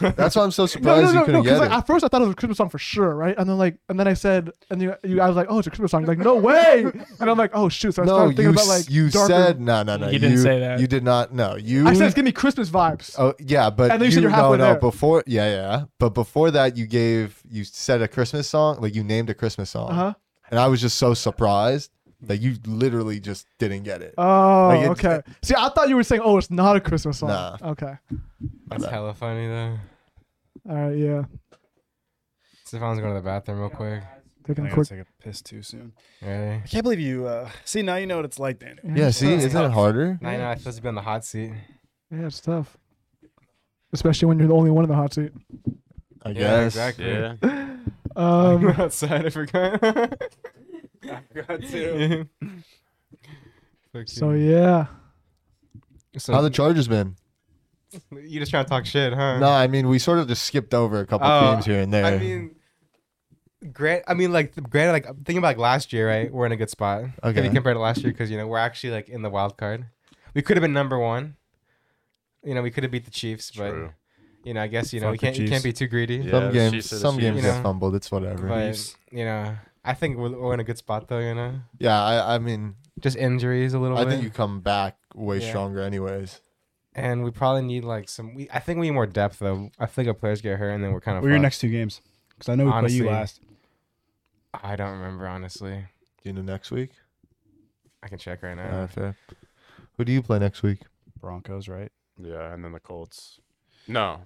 B: it.
C: That's why I'm so
A: No,
C: surprised
A: no, no,
C: you
A: no.
C: couldn't
A: Because
C: get
A: like,
C: it.
A: at first I thought it was a Christmas song for sure, right? And then like, and then I said, and you, you I was like, oh, it's a Christmas song. Like, no way. And I'm like, oh shoot. So I
C: No,
A: started thinking
C: you
A: about
C: s-
A: like,
C: you
A: darker-
C: said no, no, no.
B: You didn't say that.
C: You did not. No, you.
A: I said, it's giving me Christmas vibes.
C: Oh yeah, but
A: And then you said you're
C: no,
A: halfway
C: no.
A: there.
C: Before, yeah, yeah. But before that, you gave you said a Christmas song, like you named a Christmas song,
A: Uh huh.
C: and I was just so surprised that you literally just didn't get it.
A: Oh,
C: Like, it-
A: okay. See, I thought you were saying, oh, it's not a Christmas song.
C: Nah.
A: Okay.
E: That's hella funny though.
A: All right. Yeah.
E: Stefan's going to the bathroom real quick.
A: Taking
D: I'm
A: a
D: gonna
A: quick.
D: take a piss too soon.
E: Ready?
D: I can't believe you. Uh, see now you know what it's like, Daniel.
C: yeah, see, isn't it harder?
E: Now you know I'm supposed to be on the hot seat.
A: Yeah, it's tough. Especially when you're the only one in the hot seat.
C: I
E: Yeah,
C: guess.
E: exactly.
G: Yeah.
E: I'm
A: Um,
E: outside. I forgot. I forgot too.
A: so yeah.
E: So
C: How the Chargers been?
E: you just trying to talk shit, huh?
C: No, I mean we sort of just skipped over a couple
E: Uh, Oh,
C: teams here and there.
E: I mean, grant. I mean, like, granted, like, thinking about like, last year, right? We're in a good spot. If
C: Okay.
E: you compare to last year, because you know we're actually like in the wild card. We could have been number one. You know, we could have beat the Chiefs, but
G: True.
E: you know, I guess you know
D: Fuck
E: we
D: the
E: can't. You can't
D: Chiefs.
E: be too greedy.
G: Yeah,
C: some
G: the
C: games,
G: Chiefs are the
C: some games
G: Chiefs.
E: Yeah.
C: get fumbled. It's whatever.
E: But you know, I think we're, we're in a good spot though. You know,
C: yeah, I, I mean,
E: just injuries a little
C: I
E: bit,
C: think you come back way
E: Yeah.
C: stronger, anyways.
E: and we probably need like some. We, I think we need more depth though. I think our players get hurt, and then we're kind of.
D: What are your next two games? Because I know we play
E: Honestly.
D: you last.
E: I don't remember honestly.
C: Do you know next week?
E: I can check right
C: Uh,
E: now.
C: fair. Who do you play next week?
D: Broncos, right?
G: Yeah, and then the Colts. No,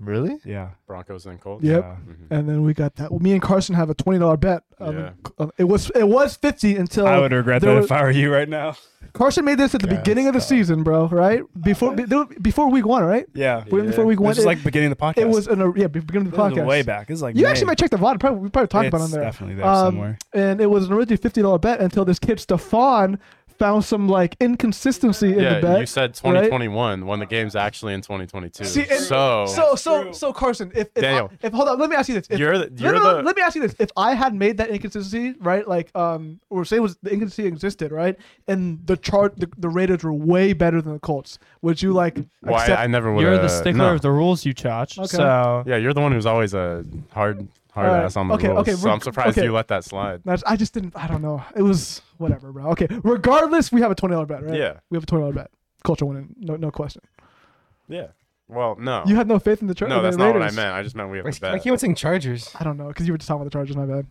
C: Really?
D: Yeah.
G: Broncos and Colts.
A: Yep.
D: Uh,
G: Mhm.
A: And then we got that. Me and Carson have a twenty dollar bet. on the-
G: Yeah.
A: on- it was it was fifty until
D: I would regret
A: there
D: that
A: was-
D: if I were you right now.
A: Carson made this at the
C: Yeah,
A: beginning of the
C: it's tough.
A: season, bro. Right before be- before week one, right?
D: Yeah.
A: Way Before week one,
D: This is
A: it,
D: like beginning of the podcast.
A: it was in a, yeah be- beginning of the
D: This is
A: podcast.
D: way back. This is like
A: You
D: May.
A: actually might check the VOD. Probably, we probably talked about it on
D: It's
A: there.
D: Definitely there
A: Um,
D: somewhere.
A: and it was an originally fifty dollar bet until this kid Stefan found some like inconsistency in the
G: Yeah,
A: bet.
G: you said
A: right?
G: 2021 when the game's actually in 2022.
A: See, and-
G: so,
A: so so so Carson, if if,
G: Daniel.
A: I, if hold on, let me ask you this. If,
G: you're the,
A: no,
G: you're
A: no, no,
G: the
A: let me ask you this: If I had made that inconsistency, right, like, um, or say it was the inconsistency existed, right, and the chart, the, the Raiders were way better than the Colts, would you like
G: why
A: accept?
G: I never would.
B: You're the stickler of the rules, you chotch.
A: Okay.
B: So
G: Yeah, you're the one who's always a hard hard
A: Alright,
G: ass on the
A: okay,
G: rules.
A: okay,
G: so
A: reg-
G: I'm surprised
A: okay.
G: you let that slide.
A: That's- I just didn't. I don't know. It was whatever, bro. Okay. Regardless, we have a twenty dollar bet, right?
G: Yeah.
A: We have a twenty dollar bet. Culture winning, no, no question.
G: Yeah. Well, no.
A: You had no faith in the Chargers.
G: no, that's
A: the
G: not
A: Raiders.
G: what I meant. I just meant we have
E: Like,
G: to bet.
E: like he was saying Chargers.
A: I don't know, because you were just talking about the Chargers. My bad.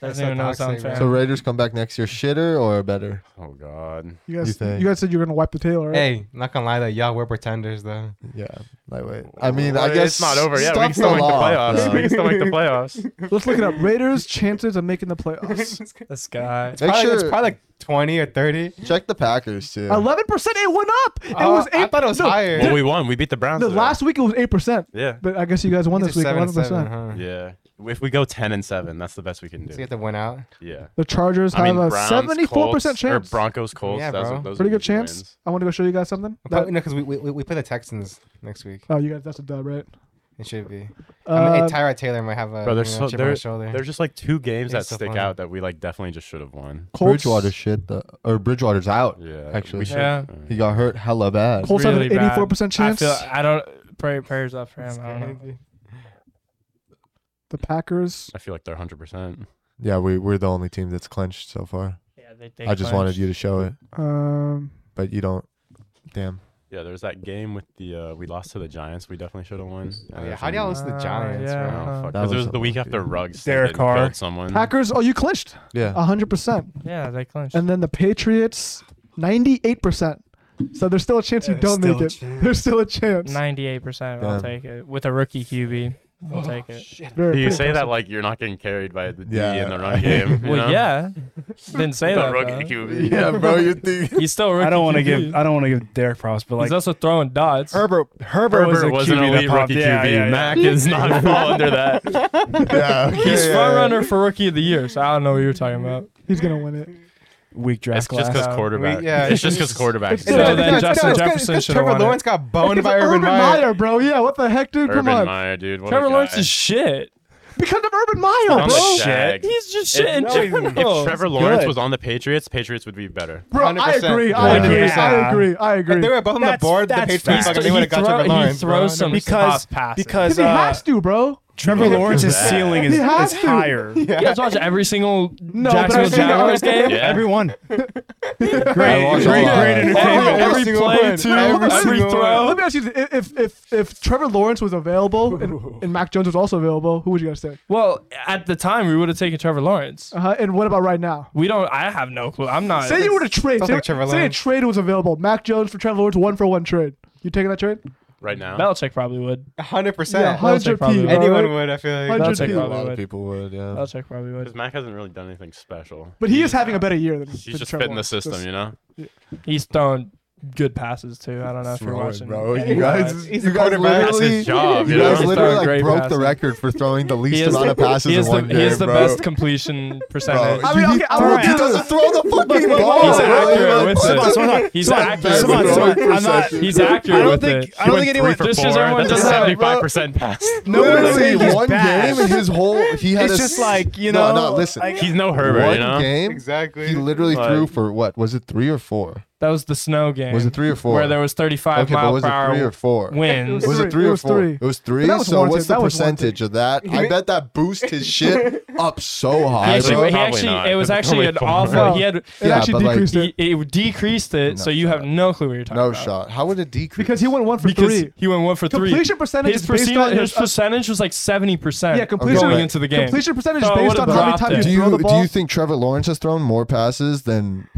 E: That's
B: doesn't even know it's
E: toxic,
B: unfair.
C: So Raiders come back next year, shitter or better?
G: oh God.
A: You guys,
C: You
A: you,
C: think?
A: guys said you were gonna wipe the tail, right?
E: Hey, not gonna lie though, y'all were pretenders though.
C: Yeah, lightweight. I mean,
G: Well,
C: I guess
G: it's not over yet. We
C: stuff's
G: can still
C: a
G: make the
C: lot,
G: playoffs.
C: though.
G: We can still make the playoffs.
A: Let's look it up. Raiders chances of making the playoffs.
B: this guy.
C: Make
E: probably, It's
C: sure-
E: probably like twenty or thirty.
C: Check the Packers too.
A: Eleven percent. It went up. It
E: Oh,
A: was eight.
E: I thought it was
A: no,
E: higher.
G: well, we won. We beat the Browns.
A: The
G: today.
A: last week it was eight percent,
G: Yeah.
A: but I guess you guys won
E: These
A: this
E: are
A: week.
E: seven
A: Eleven
E: and seven,
A: percent.
E: huh?
G: Yeah. If we go 10 and 7, that's the best we can
E: So you
G: do.
E: have to win out.
G: Yeah.
A: The Chargers
G: I
A: have
G: mean,
A: a
G: Browns,
A: seventy-four percent
G: Colts, Or
A: chance.
G: Broncos, Colts.
E: Yeah,
G: those are-
E: big
G: those are
A: Pretty good
G: easy
A: chance.
G: wins.
A: I want to go show you guys something.
E: Well,
A: That-
E: Probably, no, because we, we we we play the Texans next week.
A: oh, you guys, that's a dub, right?
E: It should be. I mean,
A: Uh,
E: hey, Tyrod Taylor might have a
G: Bro,
E: you know,
G: they're so-
E: chip on
G: they're-
E: his shoulder.
G: There's just like two games that
E: It's so
G: stick
E: funny.
G: out that we like definitely just should have won.
A: Colts,
C: Bridgewater shit, though. or Bridgewater's out.
G: Yeah.
C: Actually.
G: we should.
B: Yeah.
C: He got hurt hella bad.
A: Colts have
B: really
A: an
B: bad.
A: eighty-four percent chance.
B: I feel I don't pray prayers up for him. I don't know.
A: the Packers.
G: I feel like they're 100%.
C: Yeah, we we're the only team that's clinched so far.
B: Yeah, they, they
C: I just wanted you to show it,
A: Um,
C: but you don't. Damn.
G: Yeah, there's that game with the uh, we lost to the Giants. We definitely should have won.
E: Oh, yeah, how do y'all lose to the
B: Ah,
E: Giants,
B: yeah.
E: bro?
B: Uh-huh.
G: Because
C: That
G: it
C: was
G: was the week
C: unlucky.
G: after Ruggs
D: Derek
G: did
D: Carr.
G: build someone.
A: Packers. Oh, you clinched
C: Yeah.
A: hundred percent,
B: Yeah, they clinched.
A: and then the Patriots, ninety-eight percent. So there's still a chance you don't make it. There's still a chance.
B: Ninety-eight percent. I'll
C: Damn.
B: take it with a rookie QB. I'll take it.
A: Very
G: You
A: pretty
G: say that
A: impressive.
G: like you're not getting carried by the D
C: Yeah.
G: in the run game. you
B: Well,
G: know?
B: yeah. Didn't say
G: the
B: that.
G: rookie
B: though.
G: QB.
C: bro. You think
B: He's still a rookie.
D: I don't want to
B: QB.
D: give I don't want to give Derek props, but like
B: He's also throwing dots.
D: Herbert Herbert, was, a
G: Herbert was an
D: QB that
G: elite
D: popped-
G: rookie
D: yeah,
G: QB.
D: yeah, yeah.
G: Mac is not fall under that.
C: yeah, okay,
B: He's
C: yeah,
B: front
C: yeah.
B: runner for rookie of the year, so I don't know what you're talking about.
A: He's gonna win it.
D: Weak draft
G: It's
D: class.
G: just because quarterback.
E: We- yeah,
G: it's just because quarterback.
A: it's-
B: So
A: Yeah,
B: then
A: yeah,
B: Justin
A: yeah, it's
E: 'cause-
B: Jefferson
E: 'cause
B: should have
E: Trevor
B: won.
E: Lewis
B: it.
E: got boned
A: It's
E: by Urban Meyer.
A: bro. Yeah, what the heck, dude?
G: Urban
A: Come on.
G: Meyer, dude. What a
B: Trevor Lawrence
G: guy.
B: is shit.
A: Because of Urban Meyer,
G: on the
A: bro.
G: shag.
B: He's just shit in
D: no, he's-
B: general.
G: If Trevor Lawrence
D: good.
G: was on the Patriots, Patriots would be better.
A: Bro, I
E: 100%.
A: agree. I
C: Yeah.
A: agree.
D: Yeah.
A: I agree. I agree.
E: If they were both on the
D: That's-
E: board, the
D: that's
E: Patriots
D: fact.
E: fucking they
B: he
E: would have got
B: throw-
E: Trevor
B: he
E: Lawrence. bro.
B: throws some
D: Because-
B: soft passes.
D: because
A: he
D: uh,
A: has to, bro.
D: Trevor Lawrence's
G: that.
D: ceiling is,
A: He has
D: is
A: to.
D: higher.
B: you guys watch every single
A: but
B: Jacksonville
A: I've seen the
B: Jaguars
A: other-
B: game.
G: Yeah.
D: Everyone. great, great,
C: watch a
D: great
C: lot.
D: entertainment.
B: Every
E: single
B: play,
E: one.
B: too.
E: Every
B: Every
E: single
B: throw.
E: one.
A: Let me ask you: this. if if if Trevor Lawrence was available and, and Mac Jones was also available, who would you guys take?
B: Well, at the time, we would have taken Trevor Lawrence.
A: Uh-huh. And what about right now?
B: We don't. I have no clue. I'm not.
A: Say you were to trade.
E: Don't
A: Say,
E: take Trevor
A: say a
E: Lawrence.
A: trade was available. Mac Jones for Trevor Lawrence, one for one trade. You taking that trade?
G: Right now,
B: Belichick probably would.
E: 100%.
A: Yeah,
B: Belichick
A: hundred
B: probably
A: p.
B: would.
E: Anyone
A: alright?
E: would, I feel like.
A: Hundred
B: Belichick
A: p.
C: A lot
B: probably
C: of
B: would.
C: people would. Yeah.
B: Belichick probably would.
G: because Mac hasn't really done anything special.
A: But he is having a better year than
G: He's
A: than
G: just
A: Trevor
G: fitting the
A: Lawrence.
G: system, you know.
B: He's throwing good passes too. I don't know if you're
C: Throwing,
B: watching.
C: bro.
B: Yeah,
C: You guys,
E: He's
C: you
E: a
C: guys
E: quarterback. That's
G: his
C: literally,
G: job,
C: you
G: you know?
C: guys
G: He's
C: literally
B: throwing
C: like
B: great
C: broke the
B: passes.
C: record for throwing the least
B: is-
C: amount of passes
B: He
C: in
B: is the,
C: one game,
B: he is the
C: bro.
B: best completion
C: Bro,
B: percentage.
A: I mean,
C: he,
A: okay, I'll
C: throw-
A: do
C: he doesn't throw the fucking ball.
B: He's
C: bro.
B: accurate
C: Like,
B: with
C: come on,
B: it. He's
C: Come on,
B: accurate.
C: come on,
B: with
C: come on.
B: it.
D: I'm not.
B: He's accurate.
D: I don't
B: with
D: think-
B: it.
D: I don't think anyone-
G: for
B: Just
G: four.
B: as everyone
G: That's a
B: does that, bro.
G: seventy-five percent pass.
C: No, literally
D: he's
C: one
D: bad.
C: game and his whole he had.
D: It's
C: a
D: just
C: s-
D: like, you
C: No,
D: know.
C: no, listen.
D: like-
G: He's no Herbert,
C: one
G: you know.
C: game.
E: Exactly.
C: He literally
G: Like-
C: threw for what was it three or four?
B: That was the snow game.
C: Was it three or four?
B: Where there was 35
C: okay, but
B: mile
C: was
B: per
C: it three
B: hour
C: or four?
B: winds.
C: Was
A: Three.
C: it three
A: It
C: or
A: was
C: four?
A: three.
C: It was three.
A: that was
C: so
A: warranted.
C: what's the
A: That was warranted.
C: percentage of that? I bet that boosted his shit up so high.
B: Actually,
C: bro.
B: he
G: Probably
B: actually,
G: not,
B: it was
G: 'cause it's
B: actually
G: only
B: an
G: four.
B: awful.
A: Well,
B: He had
A: It
C: Yeah,
A: actually
C: but, like,
A: decreased
B: he,
A: it
B: it decreased it,
C: No
B: so you have
C: shot.
B: no clue what you're talking
C: No
B: about.
C: shot. How would it decrease?
A: because he went one for
B: Because
A: three.
B: he went one for three.
A: Completion percentage
B: His,
A: is based
B: percent-
A: on
B: his uh, percentage was like 70%
A: Yeah, completion-
B: going into the game.
A: Completion percentage is
B: So I
A: based
B: would've
A: on how many
B: dropped
A: times
B: it.
A: you
C: do
A: throw
C: you
A: the
C: do
A: ball.
C: you think Trevor Lawrence has thrown more passes than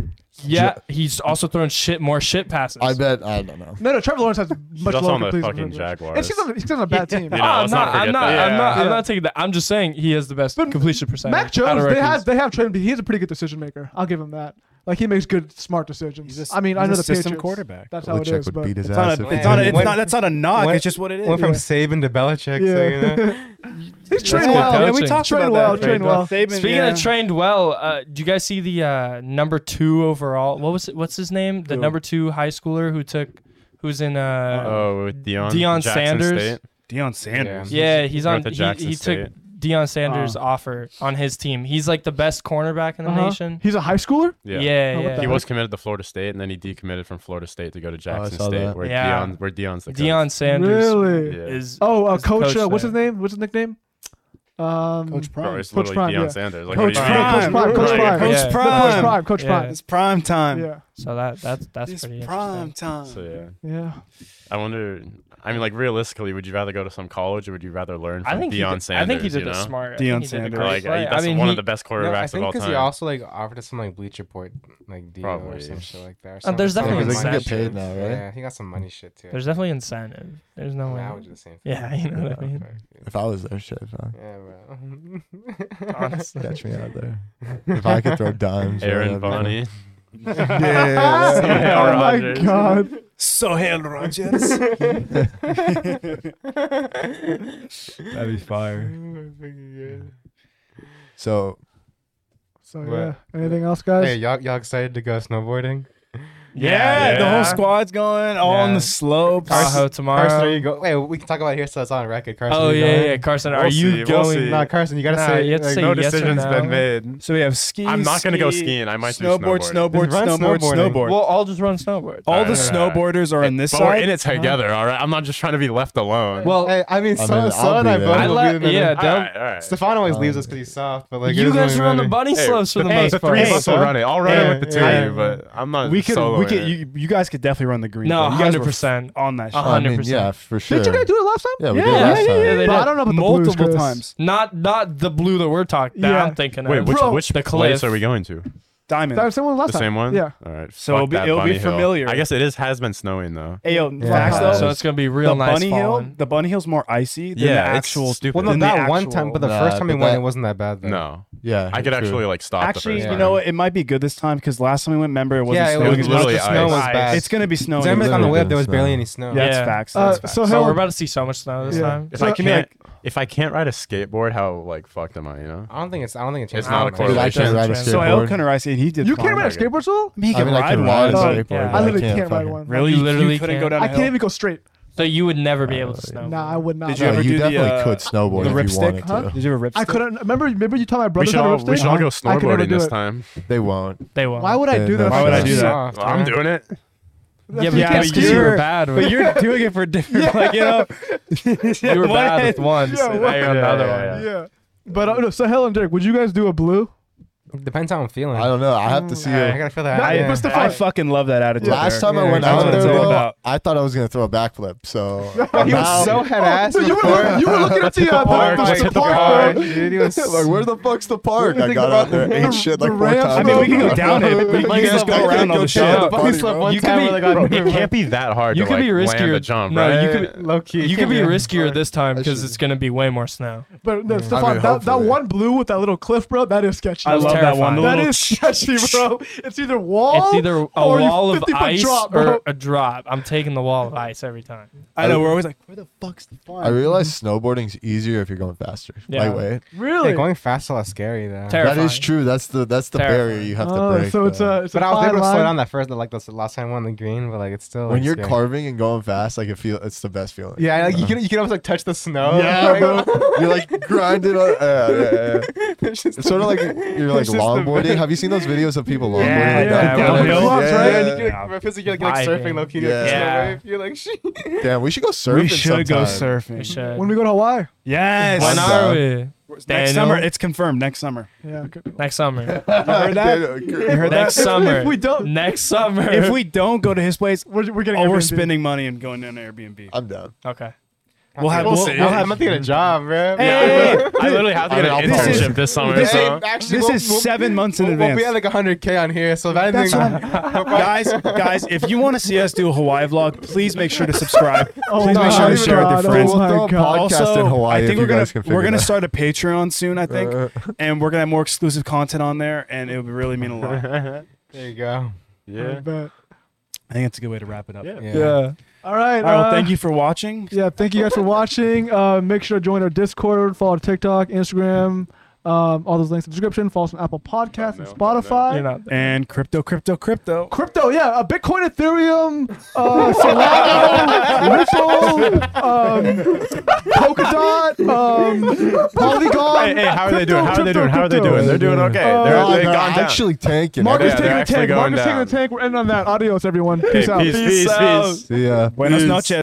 B: Yeah, he's also throwing shit more shit passes.
C: I bet? I don't know.
A: no, no, Trevor Lawrence has much
G: He's also
A: lower
G: on the
A: completion
G: fucking
A: percentage.
G: Jaguars.
A: It's just on, he's on a bad team.
G: You know,
B: Oh, I'm
G: let's not
B: not. I'm
G: forget
B: not.
G: that.
B: I'm not. I'm
A: Yeah.
B: not taking that. I'm just saying he has the best completion percentage.
A: Mac
B: out of
A: Jones, they
B: rookies.
A: have they have Trent. He's a pretty good decision maker. I'll give him that. Like he makes good, smart decisions.
D: He's a-
A: I mean, I
D: he's
A: know
D: a
A: the
D: system
A: Patriots.
D: quarterback.
A: That's how it
C: Belichick
A: is.
C: would
A: But
C: beat his
D: It's not,
C: ass.
D: a,
C: if
D: it's, not a, it's
E: When-
D: not. That's not a knock.
E: when-
D: it's just what it is.
E: Went from
D: Yeah.
E: Saban to Belichick. So, you
A: Yeah.
E: know.
A: he's trained
B: good
A: well.
B: coaching.
A: Yeah,
D: we talked
A: Train
D: about
A: well,
D: that.
A: train well.
D: Saban,
B: Speaking
D: yeah.
B: of trained well, uh, do you guys see the uh, number two overall? What was it? What's his name? The
D: Who?
B: number two high schooler who took, who's in. Uh,
G: Oh, with Deion,
B: Deion
G: Jackson
B: Sanders?
G: State.
D: Deion Sanders.
B: yeah, he's on.
G: North of
B: He,
G: Jackson
B: he took
G: State.
B: Deion Sanders' offer on his team. He's like the best cornerback in the
A: Uh-huh.
B: nation.
A: He's a high schooler.
B: Yeah,
G: Yeah.
B: yeah.
A: Oh, what
G: He
A: the-
G: was committed to Florida State, and then he decommitted from Florida State to
B: Oh,
G: go to Jackson
C: saw
G: State,
C: that.
G: where
B: Yeah.
G: Deion, where Deion's the coach.
B: Deion Sanders
A: Really?
G: Yeah.
B: is.
A: Oh, uh,
B: He's the
A: coach.
B: coach
A: uh, what's
B: there.
A: his name? What's his nickname? Um,
D: Coach
G: Bro,
D: Prime.
G: it's
A: Coach
G: literally
A: Prime,
G: Deion
A: yeah.
G: Sanders. Like,
A: Coach
G: what do you
A: Prime.
G: mean?
A: Coach Prime. Coach
G: Right.
A: Prime.
B: Yeah.
A: Coach Prime. Coach
B: Yeah.
A: Prime.
B: It's
D: It's prime time.
A: Yeah.
B: So that that's that's
D: it's
B: pretty
D: prime
B: interesting.
D: time.
G: So yeah,
A: Yeah.
G: I wonder. I mean, like realistically, would you rather go to some college or would you rather learn from
B: I think he
G: Deion
B: did-
G: Sanders?
B: I think he did
G: you
B: a
G: know?
B: smart. I
D: Deion
B: think he did a
D: Sanders.
B: great
G: Like,
B: play.
G: I, that's
B: I mean,
G: one
B: he,
G: of the best
E: No,
G: quarterbacks
E: I think
G: of all time.
E: he also like offered us some like Bleach Report like deal or
G: Probably.
E: some shit like that. Or
B: Uh,
E: some-
B: there's
E: some
B: definitely
C: Because they can get
E: money
C: paid
E: shit.
C: now, right?
E: Yeah, he got some money shit too.
B: There's definitely incentive. There's no
E: I,
B: way.
E: mean, I would do the same. Thing.
B: Yeah, you know what I mean.
C: If I was there, shit, man.
E: Yeah,
B: Honestly.
C: Catch me out there. If I could throw dimes. or whatever.
G: Aaron Bonnie.
E: bro.
C: Yeah.
A: Ah, oh my
G: Rodgers.
A: God.
D: So hail Rogers. That'd be fire.
C: So
A: So
E: What?
A: yeah. Anything else,
E: hey,
A: guys?
E: y'all, y'all excited to go snowboarding?
D: Yeah, the
B: Yeah.
D: whole squad's going all on
B: Yeah.
D: the slopes.
B: Tahoe tomorrow.
E: Carson, are you go? Wait, we can talk about it here, so it's on record. Carson,
B: Um, oh
E: are you
B: yeah, yeah,
E: going?
B: yeah, Carson, are
G: We'll
B: you
G: see, we'll
B: going?
G: see.
E: Nah, Carson, you gotta
B: Nah,
E: say.
B: you have to
E: like,
B: say
H: No
B: yes or
H: decision's
B: no.
H: been made.
D: So we have ski.
G: I'm not gonna go
D: ski,
G: skiing. I might do
D: snowboard,
G: snowboard.
D: snowboard,
E: Then run
D: snowboard,
E: snowboarding.
D: snowboard.
B: Well, I'll just run snowboard.
D: all the
G: Alright.
D: snowboarders are on this
G: But
D: side.
G: we're in it together, all right? I'm not just trying to be left alone.
E: Well, hey, I mean, so,
C: I'll
E: so and
C: be
E: I
C: there.
E: both.
B: I
E: will
B: let-
E: be in the-
B: yeah,
G: all right, all right.
E: Stefan always leaves
C: Um,
E: us because he's soft, but like it
B: you
E: doesn't
B: guys
E: really
B: are on the
E: matter.
B: bunny
G: Hey,
B: slopes for the,
G: hey,
B: most
G: the
B: part.
G: three of us will run it. I'll run
E: Hey,
G: it with the two
E: hey.
G: of you, but I'm not
D: we could,
G: solo.
D: we could.
G: in it.
D: You, you guys could definitely run the green.
B: No,
D: though. You guys were
B: 100%.
D: on that.
B: Uh-huh.
D: shot.
C: I mean,
B: 100%.
C: yeah, for sure.
A: Did you guys do it last time?
C: Yeah, we
B: Yeah,
C: did
B: yeah,
C: last
B: yeah,
C: time.
B: yeah, they
A: But I
B: did.
A: don't know about the blues,
D: multiple
A: Chris.
D: times.
B: Not not the blue that we're talking. That
A: Yeah.
B: I'm thinking of.
G: Wait, which,
A: Bro.
G: which
B: The
G: place
B: cliff.
G: are we going to?
D: Diamond.
A: That was the same one last
G: The
A: time.
G: same one?
A: Yeah.
G: All right.
D: So it'll
G: fuck
D: be-
G: that
D: it'll be
G: bunny hill.
D: familiar.
G: I guess it is has been snowing though.
D: Hey, yo,
E: Yeah.
D: facts though.
B: so it's gonna be real
D: the
B: nice.
D: bunny hill.
B: falling.
D: The bunny hill's more icy than
G: Yeah,
D: the
G: it's
D: actual.
G: stupid.
E: Well, no,
D: than
E: that
D: the
E: one time, but the
D: actual-
C: Nah,
E: first time we
C: but
E: went,
C: that-
E: it wasn't that bad. Though.
G: No,
C: Yeah,
G: I
C: true.
G: could actually like stop.
D: Actually,
G: the first
D: you
G: time.
D: know what? It might be good this time because last time we went, remember it wasn't
E: Yeah, it
D: snowing.
E: was,
G: was
D: as much.
G: literally
E: the snow
G: ice.
E: was
B: Ice.
E: bad.
D: It's gonna be snowing.
E: Remember
D: again.
E: on the
C: literally
E: web, there was
C: snow.
E: barely any snow.
D: Yeah,
B: Yeah.
D: that's facts.
A: Uh,
D: That's facts.
A: so
B: So
A: Hill,
B: we're about to see so much snow this
A: Yeah.
B: time.
G: If
A: So,
G: I
A: I
G: can't,
A: mean,
G: if I can't ride a skateboard, how like fucked am I? You know.
E: I don't think it's. I don't think it
G: It's
E: changed
G: not a
E: that much.
C: Dude, I
G: correlation.
C: can't ride a
B: So
C: skateboard.
D: so El Connor Ice, and he did.
A: you
D: fine.
A: can't ride a
G: like it.
A: skateboard still?
D: I mean, he
C: I
D: can
C: mean, I
D: ride
C: can
D: one.
C: ride a
A: but-
C: skateboard.
B: Yeah.
C: but
A: I literally
C: can't
A: can't, ride
C: fucking-
A: one.
D: Really?
B: You
D: You,
B: literally
D: couldn't
B: can't.
D: go down.
A: I can't even go straight.
B: So you would never be able to
C: Uh,
B: snow.
A: Nah, I would not. ride
D: Did you
C: No,
A: it.
D: ever
C: you
D: do the,
C: definitely
D: uh,
C: could snowboard
D: the
C: if you
D: ripstick?
C: wanted
A: Huh?
C: to.
D: Did you have a rip?
A: I
D: stick?
A: couldn't. Remember, remember you taught my
G: We
A: brothers
G: should,
A: how to
G: all,
A: rip
G: we should all go
A: I could never
G: snowboarding
A: do
G: this
A: it.
G: time.
C: They won't.
B: They won't.
A: Why would I
C: Yeah,
A: do
C: no
A: that?
G: Oh,
D: Why would I
C: shot.
D: do that?
E: Soft,
G: I'm
E: man.
G: doing it.
B: Yeah,
A: you can't
B: but
A: ski.
B: you were
D: you're-
B: bad.
D: But you're doing it for different. Like you know,
B: you were
D: One
B: bad
D: hand-
B: with one.
A: Yeah,
B: so
A: one-
B: now you're on the
G: Yeah,
B: other
G: yeah,
B: one.
G: yeah.
A: Yeah. But uh, no, Sahel and Derek, would you guys do a blue?
E: Depends how I'm feeling.
C: I don't know. I have to see
E: Mm, Yeah, I
C: it.
E: gotta feel that.
A: Nah,
E: yeah.
A: but Stefan-
D: I fucking love that attitude.
C: Last
D: there.
C: time I
E: Yeah,
C: went
E: that's
C: out
E: what
C: there,
E: it's all
C: though,
D: about.
C: I thought I was gonna throw a backflip. So
E: But he was so head ass.
A: Oh, dude, you, were, you were looking at the, uh,
G: park,
A: the,
G: let's
A: the,
G: hit the
A: park,
G: park.
A: bro.
E: Dude, he was
C: like, where the fuck's the park? I got out there, ate shit like
A: the
C: four
A: ramps,
C: times.
D: I mean, we can go
A: Bro.
D: down it. but We can just go around all the shit.
C: down.
D: up.
C: But
E: Bunny slip one
B: You
E: time
B: could
E: where
B: be-
E: they got
B: bro,
G: It can't be that hard.
B: You
G: to,
B: could
G: like,
B: be
G: land
B: riskier.
G: the jump.
B: No,
G: right?
B: you could
E: low key.
B: You could be riskier this time
C: That
B: because
C: shit-
B: it's gonna be way more snow.
A: But no, Stefan, that, that
C: hopefully.
A: one blue with that little cliff, bro, that is sketchy.
D: I
B: was
D: love that one.
B: terrifying.
D: The
A: That
D: little
A: is sketchy, bro. It's either wall.
B: it's either a
A: or you
B: wall of
A: 50 foot
B: ice
A: drop, bro.
B: or a drop. I'm taking the wall of ice every time.
D: I know we're always like, where the fuck's the
C: I
D: fun?
C: realize snowboarding's easier if you're going faster.
B: Yeah.
C: Lightweight.
A: really?
E: going fast a lot scary though.
B: Terrible.
C: That is
B: Terrifying.
C: true. That's the that's the
B: Terrifying.
C: barrier you have to
A: Oh,
C: break.
A: so it's
C: though.
A: a. It's
E: But
A: a
E: I was
A: fine
E: able to slow
A: line.
E: down that first, like the last time on the green, but like it's still.
C: when
E: like,
C: you're
E: Oh, scary.
C: carving and going fast, like it feel it's the best feeling.
E: Yeah, like you can you can Oh, almost like touch the snow.
C: Yeah, bro. You're like grinding on. Yeah, yeah, yeah.
E: It's just
C: It's sort of like you're like
E: It's just the best.
C: longboarding. Have you seen those videos of people longboarding?
D: Yeah,
C: like
A: yeah,
C: that?
A: yeah,
C: Like,
A: yeah. Yeah.
E: right?
A: Yeah.
E: And you can, like, it feels like you're like, like
B: Vibing.
E: surfing low key. like,
C: Yeah.
E: snow
B: Yeah.
E: wave. You're like, shit.
C: Damn, we should go surfing.
D: We should go
C: sometime.
B: We
D: surfing.
B: should.
A: When we go to Hawaii.
D: Yes.
B: When
C: Awesome.
B: are we?
D: Next
B: Daniel?
D: summer, it's confirmed. Next summer.
A: Yeah. okay.
B: Next summer.
D: You heard that?
C: Dude,
D: You heard
B: Next
D: that?
B: summer.
A: If we don't,
B: Next summer.
D: If we don't go to his place,
A: we're, we're getting.
D: oh, we're
A: Airbnb.
D: spending money and going on Airbnb.
C: I'm down.
B: okay.
D: We'll have.
C: We'll
D: We'll,
C: see.
D: we'll
E: I'm
D: have
E: not getting a job, bro.
D: Hey,
G: I literally have to get
C: I
G: an
C: mean, I'll
D: probably-
G: internship this summer.
D: this
G: so.
E: actually,
D: this
E: we'll-
D: is
E: we'll-
D: seven months in
E: we'll, we'll
D: advance.
E: be at like 100k on here, so if anything,
A: That's what
D: guys, guys, if you want to see us do a Hawaii vlog, please make sure to subscribe.
A: Oh
D: Please
A: my
D: make sure to
A: God.
D: share with your friends.
A: Oh my
C: We'll throw a
A: God.
C: pod- Podcast
D: also,
C: in Hawaii
D: I
C: if
D: think
C: you
D: we're gonna
C: guys can figure
D: we're gonna
C: it out.
D: start a Patreon soon. I think,
C: Uh,
D: and we're gonna have more exclusive content on there, and it would really mean a lot.
E: there you go.
A: I
G: yeah.
A: bet.
D: I think it's a good way to wrap it up.
E: Yeah.
A: Yeah. All right.
D: All right. Well,
A: uh,
D: thank you for watching.
A: Yeah, thank you guys for watching. Uh, make sure to join our Discord, follow our TikTok, Instagram, um, all those links in the description. Follow us on Apple Podcasts and
G: Oh, no.
A: Spotify.
B: You're not.
D: And crypto, crypto, crypto.
A: Crypto, yeah, uh, Bitcoin, Ethereum, uh, Solana, Ripple, um, Polkadot, um, Polygon.
G: Hey, hey, how are they doing? How are they
A: Crypto,
G: doing? How are they
A: crypto,
G: doing? They're doing okay.
A: Uh,
G: They're,
C: no,
G: they've
C: Oh, they're
G: gone down.
C: actually tanking.
A: Marcus
G: Yeah, they're
A: taking the
G: actually
A: tank.
G: going
A: Marcus taking
G: down.
A: the tank. We're ending on that. Adios, everyone. Peace
G: Hey,
A: out.
G: peace, peace, peace.
C: See uh, ya.
D: Buenas
G: Peace.
D: noches.